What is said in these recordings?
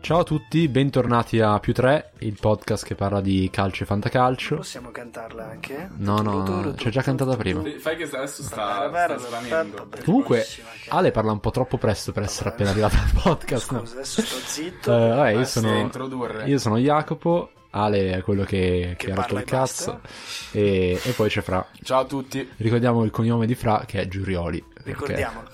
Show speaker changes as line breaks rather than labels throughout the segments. Ciao a tutti, bentornati a Più 3, il podcast che parla di calcio e fantacalcio.
Possiamo cantarla anche? eh?
No, no, ci ho già cantata prima.
Fai che adesso sta, sta
Barbara,
svanendo.
Barbara,
Comunque,
bellissima che-
Ale parla un po' troppo presto per essere appena arrivato al podcast. no?
Scusa, adesso sto
Eh,
zitto. Ah,
vabbè, io
Basta
sono,
introdurre.
io sono Jacopo, Ale è quello che, che ha rotto
parla
il
e basta.
cazzo, e, e poi c'è Fra.
Ciao a tutti.
Ricordiamo il cognome di Fra che è Giurioli. perché-
Ricordiamolo.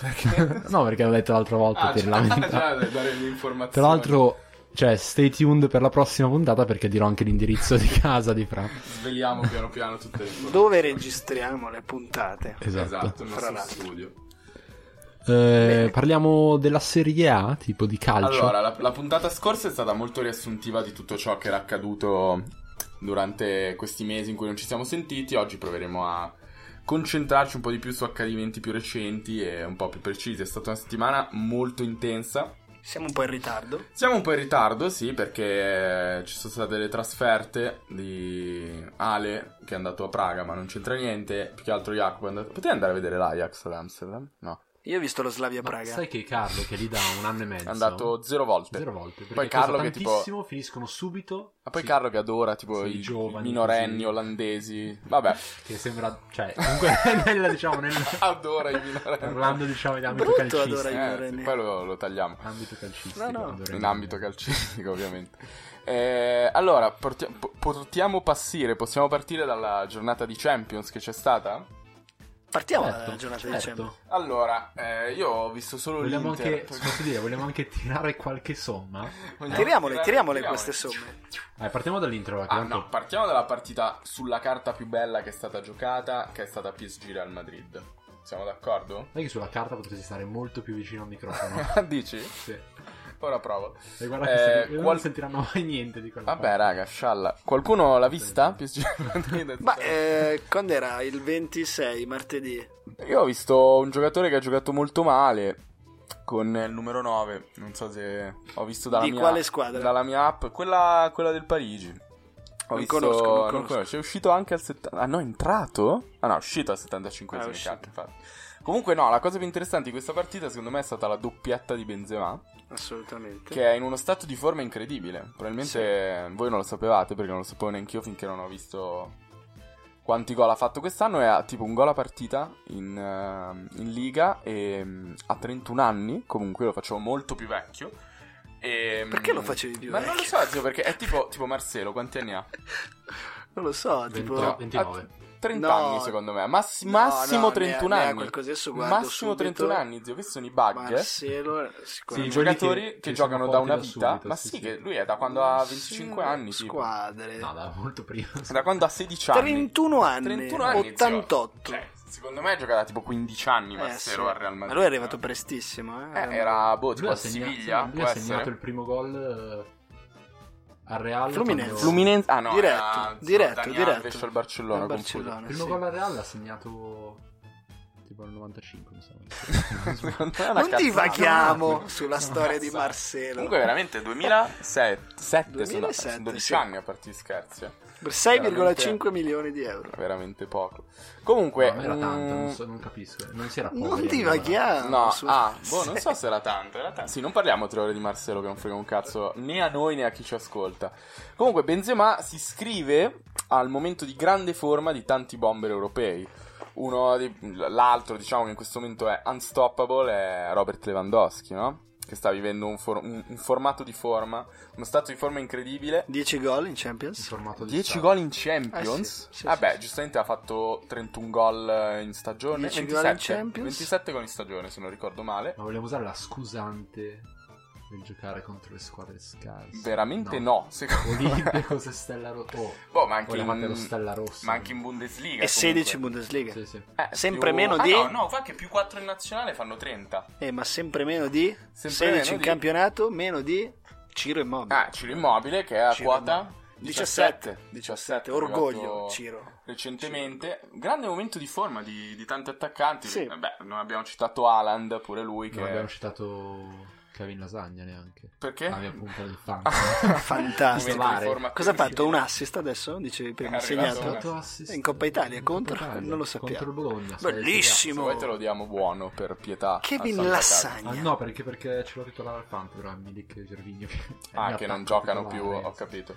no, perché l'ho detto l'altra volta
Ah,
per
già,
lamentare.
già, dare le informazioni.
Tra l'altro, cioè, stay tuned per la prossima puntata perché dirò anche l'indirizzo di casa di Fra.
sveliamo piano piano tutte le informazioni.
Dove registriamo le puntate?
Esatto.
Esatto, il
Fra
nostro
l'altro.
studio.
Eh, parliamo della Serie A, tipo di calcio.
Allora, la, la puntata scorsa è stata molto riassuntiva di tutto ciò che era accaduto durante questi mesi in cui non ci siamo sentiti. Oggi proveremo a concentrarci un po' di più su accadimenti più recenti e un po' più precisi. È stata una settimana molto intensa.
Siamo un po' in ritardo.
Siamo un po' in ritardo, sì, perché eh, ci sono state le trasferte di Ale che è andato a Praga, ma non c'entra niente. Più che altro Jacopo è andato. Potevi andare a vedere l'Ajax ad Amsterdam? No.
Io ho visto lo Slavia
Ma
Praga.
sai che Carlo, che lì da un anno e
È
mezzo,
andato zero volte.
zero volte. Perché
Poi Carlo
costa
che tipo-
tantissimo, finiscono subito.
Ma poi
Sì,
Carlo che adora tipo
Sì,
i,
giovani,
minorenni
così.
olandesi. Vabbè,
Che sembra, cioè, comunque, nel, diciamo, nel,
adora i minorenni.
parlando, diciamo, in ambito
Brutto
calcistico.
adora i-
Eh,
minorenni.
poi lo, lo tagliamo.
Ambito calcistico.
No, no.
adora i
In
minorenni.
ambito calcistico, ovviamente. Eh, allora, porti- po- potiamo passare, possiamo partire dalla giornata di Champions che c'è stata? Eh,
Partiamo dalla
Certo,
giornata di
certo.
dicembre.
Allora, eh, io ho visto solo
Vogliamo
l'Inter.
anche, posso dire, vogliamo anche tirare qualche somma?
Vogliamo
Tiriamole,
tirare-
tiriamole queste somme.
Dai, partiamo dall'intro. va, che
Ah
tanto-
no, partiamo dalla partita sulla carta più bella che è stata giocata, che è stata PSG Real Madrid. Siamo d'accordo?
Sai che sulla carta potresti stare molto più vicino al microfono.
Dici?
sì.
Ora provo.
E guarda che
Eh,
se- non
qual-
sentiranno mai niente di quella
Vabbè,
parte.
raga, scialla. Qualcuno l'ha vista? PSG Real Madrid?
Ma eh, quando era? Il 26, martedì.
Io ho visto un giocatore che ha giocato molto male con il numero 9. Non so se ho visto dalla
Di
mia
quale squadra?
Dalla mia app, quella, quella del Parigi. Ho
Non
visto, Cioè,
conosco, non conosco.
È uscito anche al 70. Ah, no, è entrato? Ah, no, è uscito al 75
Ah, è uscito.
infatti. Comunque, no, la cosa più interessante di questa partita, secondo me, è stata la doppietta di Benzema,
Assolutamente.
che è in uno stato di forma incredibile. Probabilmente voi non lo sapevate, perché non lo sapevo neanche io finché non ho visto quanti gol ha fatto quest'anno. È a tipo un gol a partita in, ehm, in Liga e ehm, ha 31 anni, comunque lo facevo molto più vecchio. E, ehm,
Perché lo facevi più
Ma non lo
vecchio?
so, zio, perché è tipo, tipo Marcelo, quanti anni ha? Cioè,
Non lo so,
No,
tipo...
29.
Ha 30
No.
anni secondo me, Massi-
No,
massimo
no, ne ha-
31
ne ha
anni.
qualcosa, adesso guardo
massimo
subito.
31 anni, zio, questi sono i bug. eh.
Marcelo,
Sì,
quelli
i
sicuramente.
giocatori
che- che
che,
sono
giocano da
forti
una
da
vita,
subito,
ma
sì,
sì,
sì.
che lui è da quando ha 25 anni, tipo.
Squadre.
No, da molto prima.
da quando ha 16 cioè, anni.
31 anni,
31 anni, zio.
88.
Cioè, secondo me giocava tipo 15 anni Marcelo
Eh, sì.
al Real Madrid.
Ma lui è arrivato prestissimo, eh.
Eh, era boh, tipo
ha
a
segna-
Siviglia,
lui
può
ha
essere.
segnato il primo gol eh, al Real.
Eh, Fluminense.
quando-
Fluminense, ah no,
Diretto,
era-
diretto,
Dani
diretto.
Alves al Barcellona,
Al
confuso.
Barcellona,
Il primo
sì.
gol al Real l'ha segnato tipo nel 95, mi sembra.
Secondo me è una
Non
cazzata.
divaghiamo sulla storia di
Cazzata.
Marcelo.
Comunque veramente 2007, sette sono-
2007,
sono 12
sì.
anni a partire scherzi. eh.
per 6,5
veramente-
milioni di euro.
Veramente poco. Comunque
No, ma era tanto,
mm,
non, so- non capisco. eh, Non si era
Non
poveri,
divaghiamo.
No,
su-
ah, boh, non so se era tanto, era tanto. Sì, non parliamo tre ore di Marcelo che non frega un cazzo né a noi né a chi ci ascolta. Comunque Benzema si iscrive al momento di grande forma di tanti bomber europei. Uno di- l'altro, diciamo che in questo momento è unstoppable è Robert Lewandowski, no? Che sta vivendo un, for- un- un formato di forma, uno stato di forma incredibile.
10 gol in
In
Champions.
formato di
10
stadio.
gol in Champions.
Eh sì, sì,
Vabbè,
sì, sì.
giustamente ha fatto 31 gol eh, in stagione.
10 gol in
27,
Champions.
27 gol in stagione, se non ricordo male.
Ma vogliamo usare la scusante del giocare contro le squadre scarse?
Veramente no, secondo me.
Olimpico se Stella Rossa. Oh,
Boh, ma anche,
Ora fate lo
in,
Stella Rossa.
ma anche in Bundesliga.
E 16 in
comunque.
Bundesliga.
Sì, sì.
Eh,
sempre
più-
meno
ah,
di-
No, no, fa che più 4 in nazionale fanno 30.
Eh, ma sempre meno di
Sempre
16
meno
in
di-
campionato, meno di Ciro Immobile.
Ah, Ciro Immobile che è a
Ciro
quota
Immobile.
17.
17, 17, orgoglio Ciro.
Recentemente, grande momento di forma di, di tanti attaccanti. Eh,
Sì.
Beh, non abbiamo citato Haaland, pure lui che
Non abbiamo citato mancavi in lasagna neanche.
Perché?
La mia punta del fan.
Fantastico.
Momento di
forma
Cosa ha fatto?
terribile.
Un assist adesso? Dicevi prima,
È arrivato
segnato.
un-
Otto assist.
In Coppa Italia, contro? Non lo sappiamo.
Contro il Bologna.
Se
Bellissimo.
vuoi te lo diamo buono per pietà.
Kevin
al Santa
se-
Lassagna.
Ah, no, perché, perché ce l'ho titolare al fan, però è Milik e Gervinho. che-
Carta. Ah,
è
che
il
non
mio
giocano più,
attacco
ho
titolare.
capito.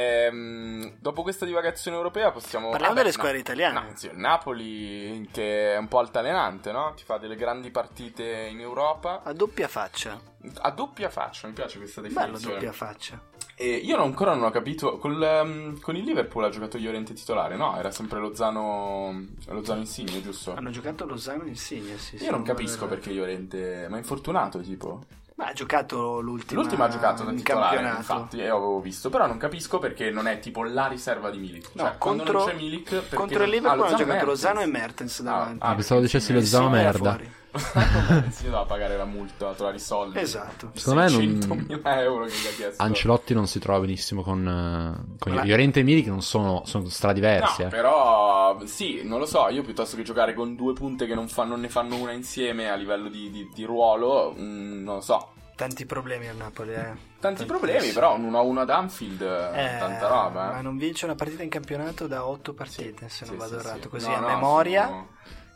Ehm, dopo questa divagazione europea possiamo...
Parliamo
vabbè,
delle
Eh no.
squadre italiane.
No, anzi, il Napoli che è un po' altalenante, no? Ti fa delle grandi partite in Europa.
A doppia faccia.
A doppia faccia, mi piace questa
Bello
definizione.
doppia faccia.
E io non- ancora non ho capito. col, ehm, con il Liverpool ha giocato Llorente titolare, no? Era sempre Lozano. Lozano Insigne, giusto?
Hanno giocato Lozano e Insigne, sì, sì.
Io non capisco perché Llorente. Ma è infortunato, tipo.
Ma ha giocato l'ultima.
L'ultimo ha giocato da
in
titolare,
campionato.
infatti, e avevo visto. Però non capisco perché non è tipo la riserva di Milik.
No,
Cioè, quando
contro,
non c'è Milik. perché
contro
non-
il Liverpool
Ah,
hanno giocato
Mertens.
Lozano e Mertens davanti.
Ah, pensavo dicessi lo
Insigne
Zama
era
merda.
fuori.
esatto. si doveva pagare la multa, trovare i soldi.
Esatto.
Secondo me non-
100.000 euro che gli ha chiesto.
Ancelotti non si trova benissimo con, eh, con
Ma-
Llorente e Milik, non sono, sono stradiversi.
No,
eh.
però sì, non lo so, io piuttosto che giocare con due punte che non, fanno- non ne fanno una insieme a livello di, di- di ruolo, mm, non lo so.
Tanti problemi a Napoli, eh.
Tanti
Tantissimi.
problemi, però un 1-1 ad Anfield,
Eh,
tanta roba.
Ma
eh.
non vince una partita in campionato da otto partite, se
Sì,
non
sì,
vado
sì,
errato,
sì.
così
No,
a
no,
memoria.
sono-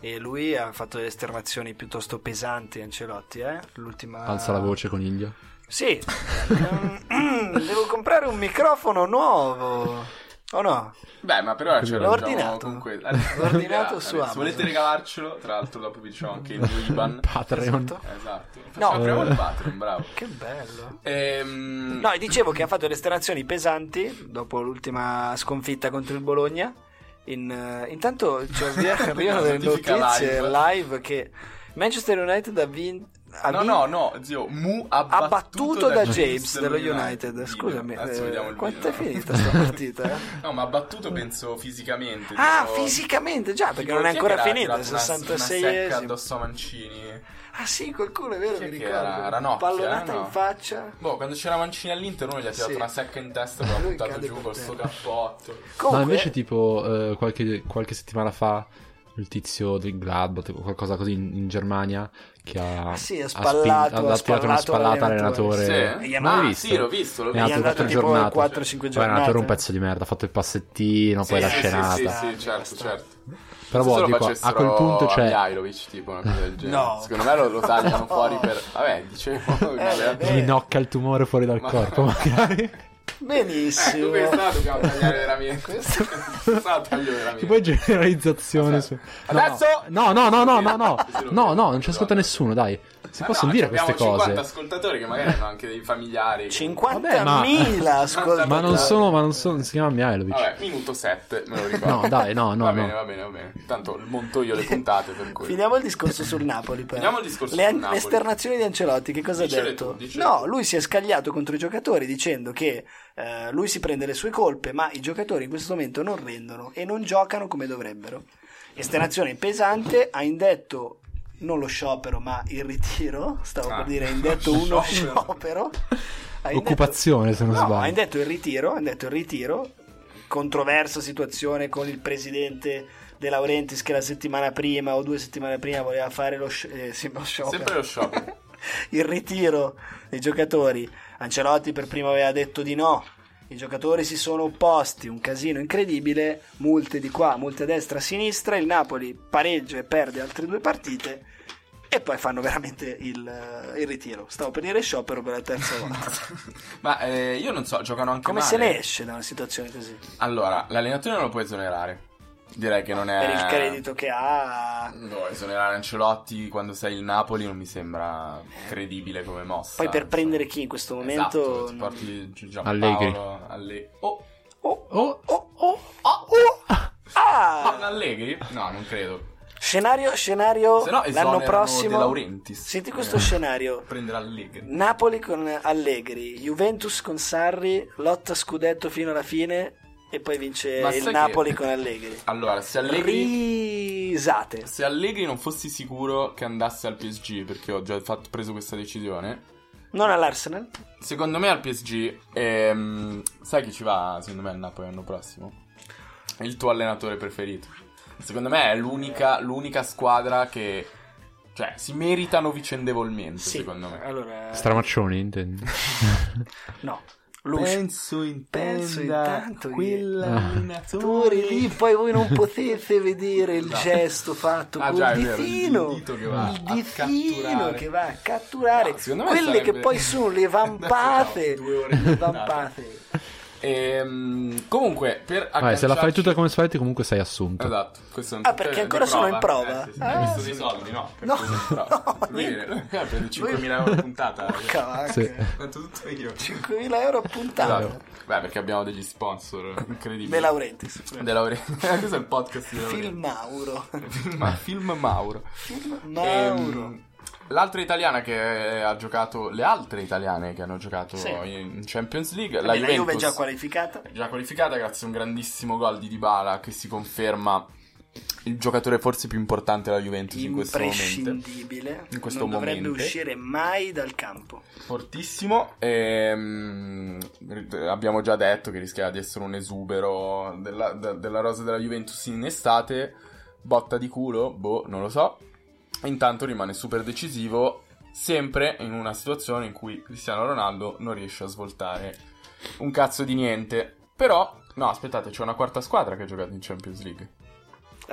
E lui ha fatto delle esternazioni piuttosto pesanti, Ancelotti, eh. L'ultima...
Alza la voce, coniglio.
Sì, Mm, devo comprare un microfono nuovo. O no?
Beh, ma però ce
L'ho
lo mangiamo
ordinato.
con quello.
L'ho ordinato su
Se volete
Amazon.
regalarcelo, tra l'altro dopo vi diciamo anche il IBAN.
Patreon.
Esatto.
Esatto. Facciamo prima il Patreon, bravo.
Che bello.
Ehm,
No, e dicevo che ha fatto delle esternazioni pesanti dopo l'ultima ssconfitta contro il Bologna. In, eh, intanto ci arrivano delle
Notifica
notizie
live.
live. che Manchester United ha vinto.
No, no, no, zio, Mu abbattuto,
Abbattuto da James dello United. Scusami,
Adesso
eh,
vediamo il
quanto è
video.
finita sta partita?
No, ma abbattuto penso fisicamente.
Ah,
tipo-
fisicamente già, perché
tipo,
non è
chi che
ancora
era
finita.
tirato una- Una secca
66esimo.
addosso a Mancini.
Ah sì, col culo è vero,
Chi
mi
è che
ricordo.
era? Ranocchia,
Pallonata
eh, no?
in faccia.
Boh, quando c'era Mancini all'Inter, uno gli ha tirato
Sì.
una secca in testa e l'ha
Lui
buttato
cade
giù
per
col
terra.
suo cappotto.
Comunque,
No, invece, tipo, eh, qualche, qualche settimana fa il tizio del Gladbach, tipo qualcosa così in, in Germania, che ha,
Ah, sì, ha
ha spin-
spallato-
ha- ha
ha
tirato una
spallato
spallata
l'allenatore.
all'allenatore.
Sì?
Non l'hai
Ah,
visto?
sì, l'ho visto, l'ho
È
visto.
andato
Gli è andato
quattro giornate.
tipo 4-5
Poi è andato un
giornate.
pezzo di merda, ha fatto il passettino,
Sì,
poi la
sì,
scenata.
Sì, sì,
Ah,
sì, certo,
basta.
certo.
Però
Se
boh,
lo
dico, a
facessero
quel punto cioè,
a
c'è...
Mihailovic, tipo una cosa del genere.
No.
Secondo me lo, lo tagliano
No.
fuori per... Vabbè, dicevo...
Eh,
vabbè.
vabbè.
Gli nocca il tumore fuori dal
Ma-
corpo, magari.
benissimo.
Ecco, questa la dobbiamo tagliare veramente. Questa la taglio veramente.
Che poi generalizzazione su... No,
Adesso-
No, no, no, no, no, no.
Sì, lo-
No, no, non ci ascolta nessuno, dai. Si
Ma
possono
Ah, no,
dire
abbiamo
queste
50
cose.
ascoltatori che magari hanno anche dei familiari.
50.000
Vabbè,
ascoltatori.
Ma non sono, ma non sono, non si chiama Mihailovic.
Vabbè, minuto 7, me lo ricordo.
No, dai, no, no,
va
no.
bene, va bene, va bene. Tanto monto io le puntate per cui.
Finiamo il discorso sul Napoli. Però.
Finiamo il discorso
le,
sul Napoli.
le esternazioni di Ancelotti, che cosa ha
Dicele
detto?
tu, dicele
no,
tu.
lui si è scagliato contro i giocatori dicendo che eh, lui si prende le sue colpe, ma i giocatori in questo momento non rendono e non giocano come dovrebbero. Esternazione pesante, ha indetto non lo sciopero, ma il ritiro. Stavo
Ah,
per dire, ha indetto uno
sciopero.
sciopero. Ha indetto-
Occupazione, se non
No, hanno
sbaglio.
detto il ritiro, hanno detto il ritiro. Controversa situazione con il presidente De Laurentiis che la settimana prima o due settimane prima voleva fare lo, sci- eh, sì, lo sciopero.
Sempre lo shopping.
il ritiro dei giocatori. Ancelotti per primo aveva detto di no. I giocatori si sono opposti, un casino incredibile, multe di qua, multe a destra, a sinistra, il Napoli pareggia e perde altre due partite e poi fanno veramente il, il ritiro. Stavo per dire sciopero per la terza volta.
Ma eh, io non so, giocano anche
Come
male.
se ne esce da una situazione così?
Allora, l'allenatore non lo può esonerare. Direi che non è.
Per il credito che ha.
No, esonerare Ancelotti quando sei il Napoli non mi sembra credibile come mossa.
Poi per
insomma.
prendere chi in questo
Esatto,
momento.
ti
non-
porti Gi-
Allegri.
Giampaolo, Allegri. Oh,
Oh,
Oh,
oh, oh, oh, oh.
ah, un
Ah!
Allegri? No, non credo.
Scenario, scenario
Se no, esonerano
l'anno prossimo.
De Laurentiis.
Senti questo
Eh.
scenario.
Prendere Allegri.
Napoli con Allegri, Juventus con Sarri, lotta scudetto fino alla fine e poi vince
Ma
il
sai
Napoli
che-
con Allegri.
Allora, se Allegri.
Risate.
Se Allegri non fossi sicuro che andasse al PSG, perché ho già fatto- preso questa decisione,
Non all'Arsenal?
secondo me al PSG, ehm, sai chi ci va secondo me al Napoli l'anno prossimo? Il tuo allenatore preferito. Secondo me è l'unica, l'unica squadra che... Cioè, si meritano vicendevolmente,
Sì,
secondo me.
Allora,
Stramaccioni, intendi?
no. Lucio.
Penso in
Penso intanto che-
Ah. allenatore
lì, poi voi non potete vedere il gesto fatto
Ah,
col
già, è vero, il
ditino,
dito che va
il
a
ditino
catturare.
che va a catturare
No, secondo me
quelle
sarebbe-
che poi sono le vampate,
Due ore di
le
puntata.
vampate.
Ehm, comunque, per
Vabbè, se la fai
agganciarci-
tutta come spaghetti, comunque sei assunto.
Esatto, questo è un
Ah, perché
eh,
ancora
di
sono in prova?
Eh, sì, sì, hai
Ah,
visto
sì.
dei soldi, no? Per
No,
così in prova.
no,
Lui
niente.
era- eh, prende 5.000 euro a puntata.
Porca vacca.
Sì.
Tanto tutto io.
5.000 euro a puntata.
Esatto. Beh, perché abbiamo degli sponsor incredibili.
De Laurentiis.
De Laure- questo è il podcast di
Film
Laure.
Mauro.
Film, film Mauro.
Film Mauro.
Ehm, l'altra italiana che ha giocato, le altre italiane che hanno giocato
Sì.
in Champions League,
Vabbè, la
Juventus
Juve è già qualificata.
già qualificata grazie a un grandissimo gol di Dybala che si conferma il giocatore forse più importante della Juventus in questo momento.
Imprescindibile.
In questo
non dovrebbe
momento.
uscire mai dal campo.
Fortissimo, ehm, abbiamo già detto che rischiava di essere un esubero della, de- della rosa della Juventus in estate, botta di culo, boh, non lo so. Intanto rimane super decisivo, sempre in una situazione in cui Cristiano Ronaldo non riesce a svoltare un cazzo di niente. Però, no, aspettate, c'è una quarta squadra che ha giocato in Champions League.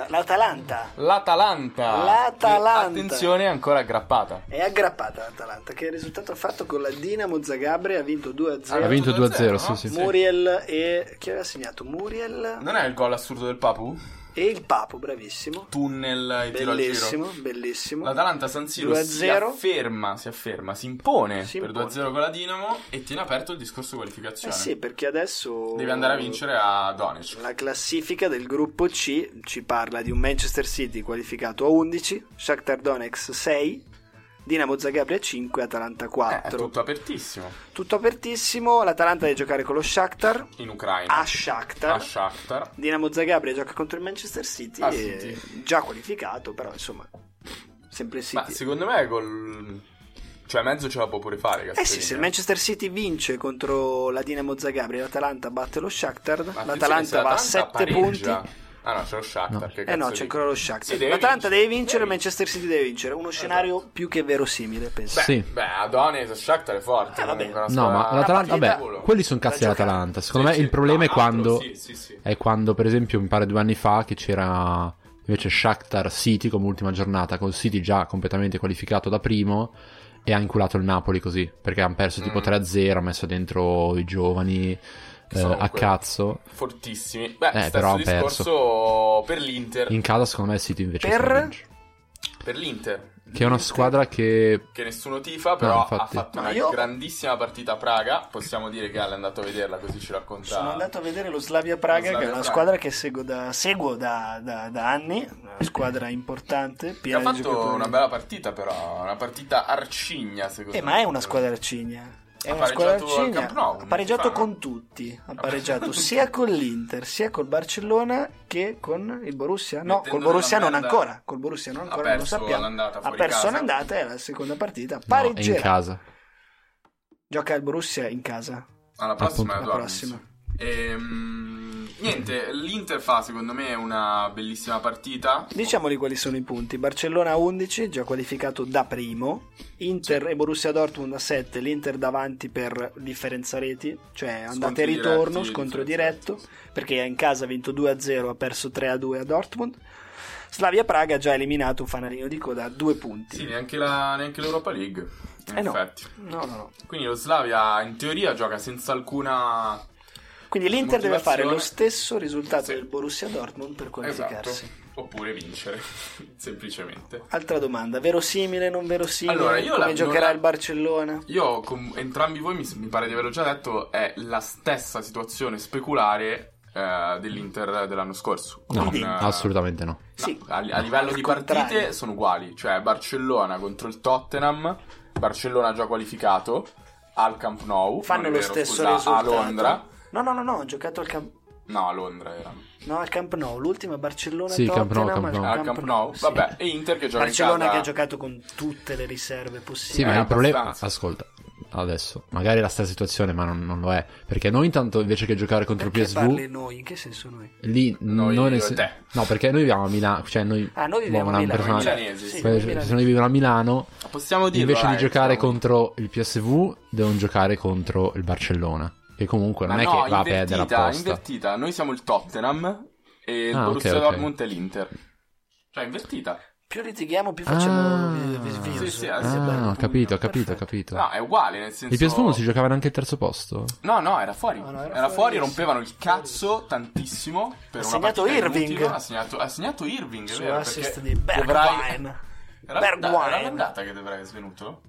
L'Atalanta
L'Atalanta!
L'Atalanta.
Che, attenzione, è ancora aggrappata.
è aggrappata l'Atalanta che il risultato ha fatto con la Dinamo Zagabria ha vinto
Ah,
2-0
Ha vinto 2-0,
no?
sì, sì.
Muriel e chi aveva segnato? Muriel
Non è il gol assurdo del Papu?
e il Papo, bravissimo.
tunnel e tiro al giro.
Bellissimo, bellissimo.
L'Atalanta San Siro
2 a
si
0.
afferma, si afferma, si impone
Si
per
impone.
2-0 con la Dinamo e tiene aperto il discorso
Eh
qualificazione.
sì, perché adesso
Deve andare a vincere a Donetsk. Eh,
La classifica del gruppo C ci parla di un Manchester City qualificato a 11, Shakhtar Donetsk 6, Dinamo Zagabria 5, Atalanta
Eh, è
4.
tutto apertissimo
Tutto apertissimo, l'Atalanta deve giocare con lo Shakhtar,
in Ucraina.
a Shakhtar.
A Shakhtar.
Dinamo Zagabria gioca contro il Manchester City,
Ah,
e-
City.
già qualificato, però insomma, sempre City.
Ma secondo me col cioè mezzo ce la può pure fare,
eh sì, se il
Gasperini.
Manchester City vince contro la Dinamo Zagabria, l'Atalanta batte lo Shakhtar,
eh. Ma attenzione, se
l'Atalanta va a 7
l'Atalanta
punti.
pareggia- Ah no, c'è lo Shakhtar
No.
che
Eh
cazzo
no,
dici?
c'è ancora lo
Sì,
Shakhtar.
deve
L'Atalanta deve vincere,
deve
Manchester City deve vincere. Uno scenario più che verosimile, penso.
Beh,
Sì.
beh, a Donetsk Shakhtar è forte.
Eh, vabbè.
comunque, una
No,
squadra-
ma l'Atalanta.
partita-
Vabbè, quelli sono cazzi
da giocare.
dell'Atalanta. Secondo
Sì,
me
sì.
il problema è
No,
quando.
altro, sì, sì, sì.
È quando, per esempio, mi pare due anni fa che c'era invece Shakhtar City come ultima giornata, con City già completamente qualificato da primo e ha inculato il Napoli così, perché hanno perso tipo
Mm.
3-0, ha messo dentro i giovani eh,
sono
a
que-
cazzo.
fortissimi. Beh,
Eh,
stesso
però han
discorso per l'Inter.
In casa secondo me City invece
Per-
stravince.
Per l'Inter.
che è una squadra che
Che nessuno tifa, però ha
infatti.
fatto
Ma
una
io-
grandissima partita a Praga. Possiamo dire che Ale è andato a vederla, così ci racconta.
Sono andato a vedere lo Slavia Praga,
Lo Slavia
che è una
Praga.
squadra che seguo da, seguo da, da- da anni. Una squadra importante,
Che ha
piena di
fatto
giocatori.
una bella partita, però. Una partita arcigna, secondo
Eh,
me.
ma è una squadra arcigna. È
Ha
una squadra
pareggiato al
arcigna.
Camp Nou, non
ha
si
pareggiato
fa, no?
con tutti. Ha pareggiato sia con l'Inter, sia col Barcellona che con il Borussia. No,
Mettendo
col Borussia
nella
non
merda.
ancora. Col Borussia non
Ha
ancora, non lo
perso
sappiamo.
all'andata
Ha
fuori
perso
casa.
l'andata e la seconda partita
no, è in
pareggerà.
casa.
Gioca al Borussia in casa.
Alla prossima,
Appunto.
Edoardo.
Alla prossima.
Ehm, niente, l'Inter fa secondo me una bellissima partita.
Diciamoli quali sono i punti. Barcellona a 11, già qualificato da primo. Inter e Borussia Dortmund a 7, l'Inter davanti per differenza reti, cioè andata e
Scontri
ritorno,
diretti,
scontro
differenza
diretto, perché in casa ha vinto 2-0, ha perso 3-2 a Dortmund. Slavia Praga ha già eliminato un fanalino di coda a due punti.
Sì, neanche, la- neanche l'Europa League. In
Eh no.
effetti.
No, no, no.
Quindi lo Slavia in teoria gioca senza alcuna
Quindi l'Inter deve
Motivazione.
fare lo stesso risultato
Sì.
del Borussia Dortmund per
Esatto.
qualificarsi.
Oppure vincere, semplicemente.
Altra domanda, verosimile, non verosimile?
Allora, io
come
la- non
giocherà
la-
il Barcellona?
Io con entrambi voi mi, mi pare di averlo già detto, è la stessa situazione speculare eh, dell'Inter dell'anno scorso.
No,
Con, eh,
assolutamente no.
no,
Sì.
a, a livello
Al
di
contrario.
partite sono uguali, cioè Barcellona contro il Tottenham, Barcellona già qualificato al Camp Nou,
Fanno
non è
lo
vero,
stesso
scusa,
risultato.
a Londra.
No, no, no, no, ho giocato al Camp
No, a Londra era.
No, al Camp Nou, l'ultima Barcellona
Sì, Camp Nou,
Tottenham,
Camp
al
Nou.
Al Camp Nou,
sì.
vabbè, e Inter che gioca in
Barcellona
casa.
che ha giocato con tutte le riserve
Sì,
possibili.
ma
Eh,
il problema.
abbastanza.
Ascolta, adesso. Magari è la stessa situazione, ma non, non lo è. Perché noi intanto invece che giocare contro
Eh, Perché
PSV,
parli noi? In che senso noi?
lì
Noi,
non è
io e te.
No, perché noi viviamo a Milano, cioè noi,
Ah, noi
boh,
viviamo
una
a Milano.
persona-
cioè,
Milanesi.
sì,
Poi,
Milano.
se noi viviamo a Milano,
Possiamo dirlo.
invece di
eh,
giocare
diciamo.
contro il PSV, devono giocare contro il Barcellona. Che comunque
Ma
non è
no,
che va a perdere
invertita,
apposta.
invertita. Noi siamo il Tottenham e il
Ah, ok,
Borussia
ok.
Dortmund è l'Inter. Cioè, invertita.
Più litighiamo, più facciamo vi- vi- virus.
Sì, sì,
ah,
sì, abbiamo
ho
un
capito, ho capito,
punto,
ho
perfetto.
capito.
No, è uguale, nel senso...
il PSV non si giocava neanche il terzo posto.
No, no, era fuori.
No, no,
era,
era
fuori,
fuori,
rompevano
sì.
il cazzo tantissimo. Per
Ha
una
segnato
partita
Irving.
inutile. Ha segnato, ha segnato Irving, è vero,
Sull'assist
perché
di
dovrai...
Bergwijn.
Era
Bergwijn.
l'andata- era l'andata che dovrai essere venuto?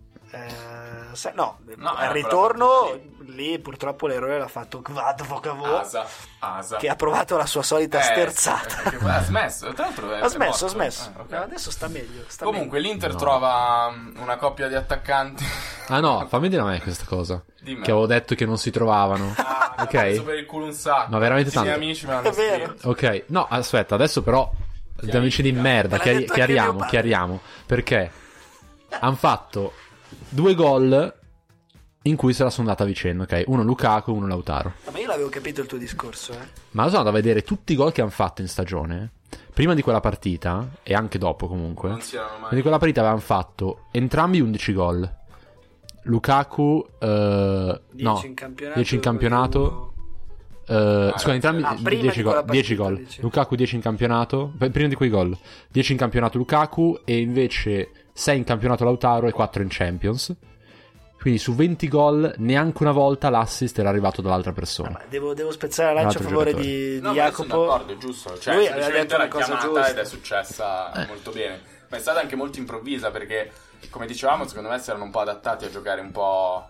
Eh, sa- no,
No,
al
era
ritorno
quella
lì purtroppo l'errore l'ha fatto Kvadvokavo
Asa. Asa.
Boh. che ha provato la sua solita
Eh,
sterzata.
eh, che poi ha smesso, tra l'altro è-
ha
è
smesso, ha
morto.
smesso.
Ah, ok.
No, adesso sta meglio. sta
Comunque l'Inter
No.
trova mm, una coppia di attaccanti.
Ah no, fammi dire a me questa cosa.
Dimmi.
Che avevo detto che non si trovavano.
Ah, mi ha
Ok.
preso per il culo un sacco.
Ma veramente
Tutti i
tanto.
miei amici me l'hanno
È vero.
scritto.
Ok, no, aspetta, adesso però gli amici di merda,
L'ha
chiari-
detto anche mio
chiariamo,
padre.
chiariamo, perché hanno fatto due gol in cui se la sono andata a vicenda, ok? Uno Lukaku, uno Lautaro.
meglio. Ma io l'avevo capito il tuo discorso, eh.
Ma sono andato a vedere tutti i gol che hanno fatto in stagione, prima di quella partita e anche dopo comunque.
Non c'erano mai.
Quindi quella partita avevano fatto entrambi 11 gol. Lukaku, eh,
10
no,
in campionato.
10 in campionato. eh, scusa, entrambi
Ah, prima
10
di
gol.
quella
10
partita,
gol.
dici.
Lukaku 10 in campionato. beh, Prima di quei gol, 10 in campionato Lukaku e invece 6 in campionato Lautaro e 4 in Champions. Quindi su 20 gol, neanche una volta l'assist era arrivato dall'altra persona.
Vabbè, devo, devo spezzare la lancia a
Un altro
favore
giocatore.
di, di
No, ma io sono
Jacopo.
d'accordo, è giusto. Cioè,
Lui aveva
semplicemente
detto
era
una cosa
chiamata
giusta.
ed è successa
Eh.
molto bene. Ma è stata anche molto improvvisa perché, come dicevamo, secondo me si erano un po' adattati a giocare un po'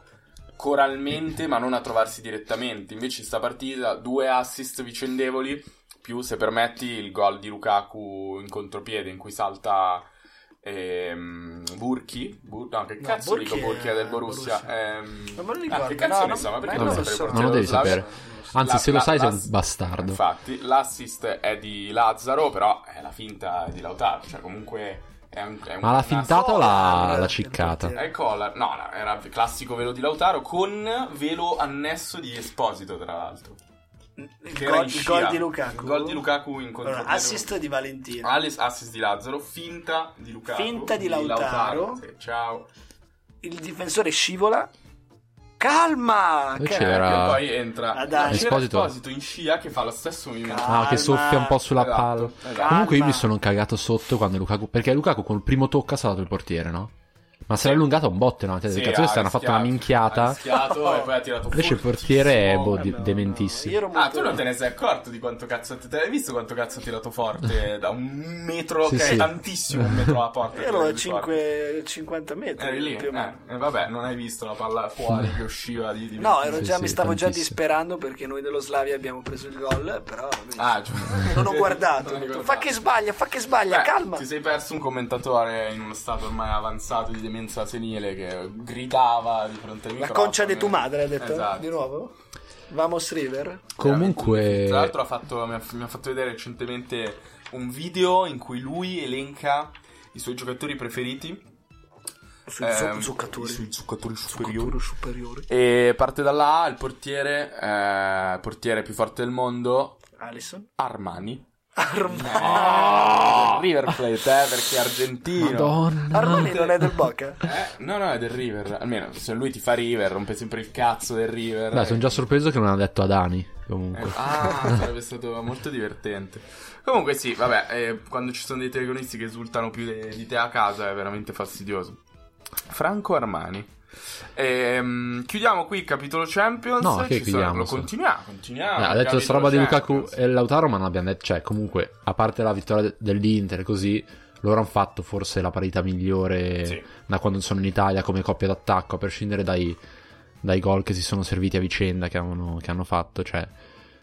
coralmente, ma non a trovarsi direttamente. Invece, in sta partita, due assist vicendevoli. Più, se permetti, il gol di Lukaku in contropiede in cui salta. ehm, Burki, Bur- no, che
No,
cazzo
Burki
dico Burki
è
è del Borussia?
Borussia.
Ehm,
Ma me lo
ah,
ricordo.
che cazzo
no,
ne
no,
so? Ma perché
eh,
non
devo
lo
sapere
so,
il
non lo
portiere
devi
dello Slavia?
sapere. Anzi, se lo sai sei un bastardo.
Infatti, l'assist è di Lazzaro, però è la finta di Lautaro. Cioè, comunque è un. È un
Ma l'ha
una-
fintata o l'ha,
Sola,
l'ha ciccata?
infatti.
È collar. No, no, era il classico velo di Lautaro con velo annesso di Esposito, tra l'altro.
Il
Che era
gol,
in
il
scia.
gol di Lukaku.
Il gol di Lukaku in
Allora,
contropiede.
assist di Valentino.
Alice, assist di Lazzaro, finta di Lukaku.
Finta di Lautaro.
Sì, ciao.
Il difensore scivola. Calma!
Invece
calma.
era-
E poi entra
Ah, dai.
c'era
Esposito.
Esposito in scia che fa lo stesso movimento.
Ah, che
Calma.
soffia un po' sulla
Esatto,
palla.
esatto.
Comunque io mi
Calma.
sono cagato sotto quando Lukaku. Perché Lukaku con il primo tocco ha salvato il portiere, no? Ma si era allungato a un botte, no? Cioè, Cazzo,
Sì,
questa
ha
hanno fatto
rischiato,
una
Ha
minchiata.
rischiato e poi ha tirato
Invece il
fortissimo.
portiere è boh,
Eh,
di-
no,
dementissimo.
no, io ero
Ah,
molto-
tu non te ne sei accorto di quanto cazzo ti te l'hai visto quanto cazzo ha tirato forte da un metro
Sì,
che è
sì.
tantissimo un metro alla porta.
Io ero a
Ti rendi conto?
5, 50 metri.
Eri lì.
più o meno.
Eh, eh, vabbè, non hai visto la palla fuori che usciva di, di
No, ero
Sì,
già-
sì,
mi stavo già
tantissimo.
disperando perché noi dello Slavia abbiamo preso il gol, però
Ah, giù.
non ho guardato.
Non
ho
hai
detto,
guardato.
fa che sbaglia, fa che sbaglia,
Beh,
calma.
Ti sei perso un commentatore in uno stato ormai avanzato di demenza senile che gridava di fronte ai
La
microfoni.
concia di tu madre, ha detto
eh. Esatto.
di nuovo. Vamos River.
Comunque.
Tra l'altro ha fatto- mi, ha, mi ha fatto vedere recentemente un video in cui lui elenca i suoi giocatori preferiti.
Sui
ehm,
zu- zuccatori.
Sui zuccatori superiori.
Zuccatori superiori.
E parte da là il portiere, eh, portiere più forte del mondo,
Alisson.
Armani.
Armani.
Del River Plate, eh, perché è argentino.
Madonna.
Armani non è del Boca.
Eh, no, no, è del River. Almeno se lui ti fa River, rompe sempre il cazzo del River.
Beh, sono già sorpreso che non ha detto a Dani. Comunque.
Eh, Ah, sarebbe stato molto divertente. Comunque, sì, vabbè, eh, quando ci sono dei telecronisti che esultano più de- di te a casa è veramente fastidioso. Franco Armani. Ehm, chiudiamo qui il capitolo Champions.
No, che
Ci sono-
chiudiamo,
Lo
sì.
continuiamo, continuiamo.
Eh, ha
il
detto sta
capitolo
roba di Lukaku
Champions.
e Lautaro, ma non abbiamo detto. Cioè, comunque, a parte la vittoria de- dell'Inter, così loro hanno fatto forse la parità migliore
Sì.
da quando sono in Italia come coppia d'attacco, a prescindere dai, dai gol che si sono serviti a vicenda che, avevano- che hanno fatto. Cioè,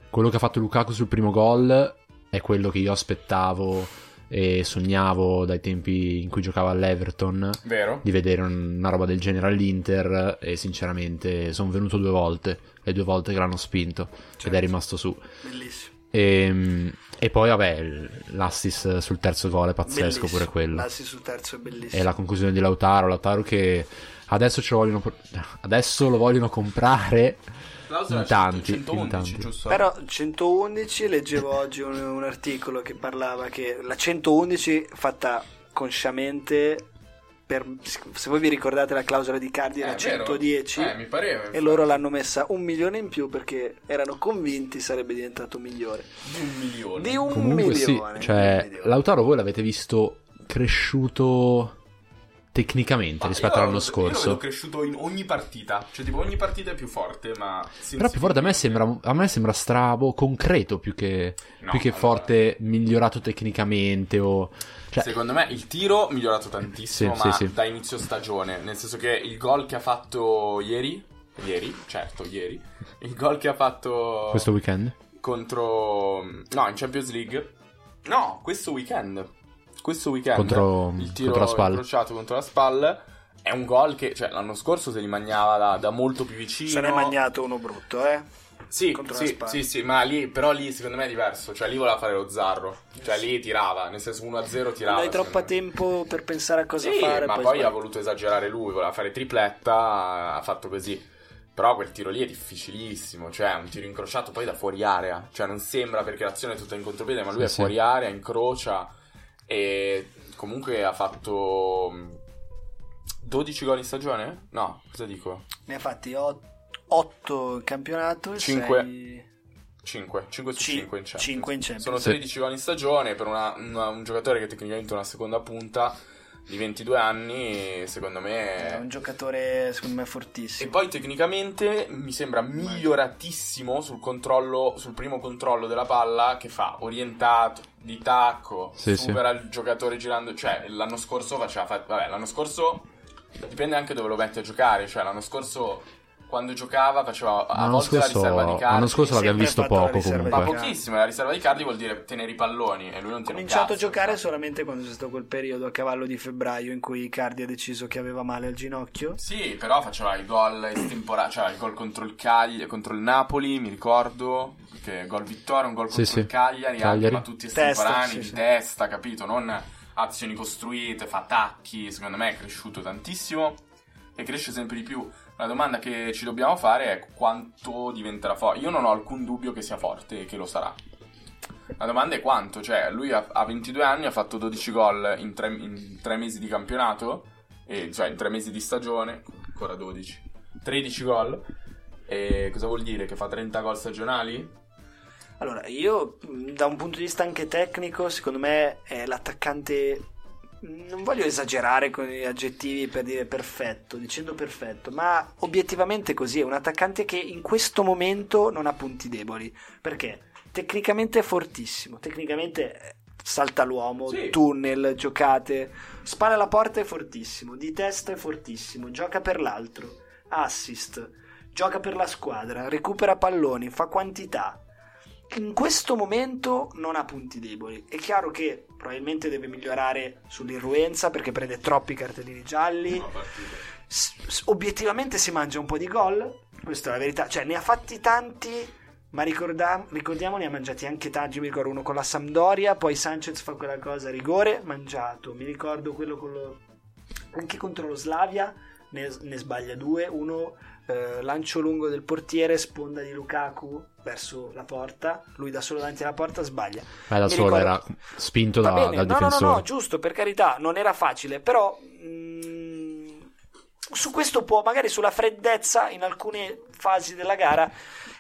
quello che ha fatto Lukaku sul primo gol è quello che io aspettavo e sognavo dai tempi in cui giocava all'Everton
Vero?
di vedere un- una roba del genere all'Inter e sinceramente sono venuto
Certo.
due volte, le due volte che l'hanno spinto ed è rimasto su.
Bellissimo.
Ehm, E, E poi, vabbè, l- l'assist sul terzo gol è pazzesco
Bellissimo.
pure quello.
Lassi sul terzo è bellissimo.
E la conclusione di Lautaro, Lautaro che adesso, ce lo, vogliono, pro- adesso lo vogliono comprare.
Clausola
In tanti,
111,
in tanti.
giusto?
Però 111 leggevo oggi un, un articolo che parlava che la 111 fatta consciamente per, se voi vi ricordate la clausola di Cardi
Eh,
era
è vero.
110
Eh, mi pareva.
e loro l'hanno messa un milione in più perché erano convinti sarebbe diventato migliore
Di un milione.
di un
Comunque,
milione
sì, cioè,
un milione.
Lautaro voi l'avete visto cresciuto tecnicamente
Ma
rispetto
io-
all'anno
Io l'ho
scorso.
cresciuto in ogni partita. Cioè, tipo, ogni partita è più forte, ma.
Però più forte a me sembra, a me sembra strabo, concreto più che,
No,
più che
allora,
forte, migliorato tecnicamente o... Cioè,
Secondo me il tiro è migliorato tantissimo,
Sì,
ma
sì, sì.
da inizio stagione. Nel senso che il gol che ha fatto ieri. Ieri, certo, ieri. Il gol che ha fatto.
questo weekend?
contro. No, in Champions League. No, questo weekend. Questo weekend.
Contro-
il tiro
contro la SPAL.
incrociato contro la SPAL. È un gol che, cioè, l'anno scorso se li mangiava da, da molto più vicino.
se ne è magnato uno brutto eh
Sì,
contro la
sì,
SPAL.
sì, sì, ma lì, però lì secondo me è diverso. Cioè, lì voleva fare lo zarro. Cioè, lì tirava. Nel senso 1-0 tirava.
non hai troppo
secondo me.
tempo per pensare a cosa
Sì,
fare
ma poi,
sbagli.
ha voluto esagerare lui, voleva fare tripletta, ha fatto così. Però quel tiro lì è difficilissimo, cioè è un tiro incrociato poi da fuori area, cioè non sembra perché l'azione è tutta in contropiede, ma lui
Sì,
è
sì.
fuori area, incrocia e comunque ha fatto mh, 12 gol in stagione? No, cosa dico?
ne ha fatti 8 in campionato e
Cinque.
6
5, 5 su
Cin-
5 in Champions.
cinque in Champions.
Sono
Sì.
13 gol in stagione per una- una- un giocatore che tecnicamente è una seconda punta di 22 anni, secondo me
è un giocatore secondo me
E
fortissimo
poi tecnicamente mi sembra miglioratissimo sul controllo, sul primo controllo della palla che fa orientato, di tacco,
Sì,
supera il giocatore girando, cioè l'anno scorso faceva fa- vabbè, l'anno scorso dipende anche dove lo metti a giocare, cioè l'anno scorso quando giocava faceva a
L'anno
volte
scorso,
la riserva di Cardi.
l'anno scorso l'abbiamo
sempre
visto
fatto la
poco
riserva di
comunque.
ma
Cardi.
pochissimo, la riserva di Cardi vuol dire tenere i palloni
Ho
e lui non tiene un
cominciato a
cazzo,
giocare
cioè.
solamente quando c'è stato quel periodo a cavallo di febbraio in cui Cardi ha deciso che aveva male al ginocchio.
Sì, però faceva il gol estemporaneo, cioè il gol contro il Cagliari, contro il Napoli, mi ricordo, che gol vittoria, un gol
Sì,
contro
sì.
il Cagliari, anche,
Cagliari.
ma tutti
Testa,
estemporanei,
sì,
di
sì.
testa, capito? Non azioni costruite, fa attacchi, secondo me è cresciuto tantissimo e cresce sempre di più. La domanda che ci dobbiamo fare è quanto diventerà forte. Io non ho alcun dubbio che sia forte e che lo sarà. La domanda è quanto, cioè lui ha, ha 22 anni, ha fatto 12 gol in 3, mesi di campionato, e, cioè in 3 mesi di stagione, ancora 12, 13 gol, e cosa vuol dire? Che fa 30 gol stagionali?
Allora, io mh, da un punto di vista anche tecnico, secondo me è l'attaccante. Non voglio esagerare con gli aggettivi per dire perfetto, dicendo perfetto, ma obiettivamente così è un attaccante che in questo momento non ha punti deboli. Perché tecnicamente è fortissimo, tecnicamente eh, salta l'uomo,
Sì.
tunnel, giocate, spara alla porta è fortissimo, di testa è fortissimo, gioca per l'altro, assist, gioca per la squadra, recupera palloni, fa quantità. In questo momento non ha punti deboli. È chiaro che probabilmente deve migliorare sull'irruenza perché prende troppi cartellini gialli. S- s- obiettivamente si mangia un po' di gol, questa è la verità. Cioè, ne ha fatti tanti, ma ricorda- ricordiamo ne ha mangiati anche tanti. Io mi ricordo uno con la Sampdoria, poi Sanchez fa quella cosa, rigore, mangiato. Mi ricordo quello con lo... anche contro lo Slavia, ne, ne sbaglia due. Uno eh, lancio lungo del portiere, sponda di Lukaku verso la porta, lui da solo davanti alla porta sbaglia.
Beh, da
Mi
solo era
ricordo-
spinto
Va
da-
bene,
dal
no,
difensore.
No, no, no, giusto, per carità, non era facile, però mm, su questo può, magari sulla freddezza in alcune fasi della gara,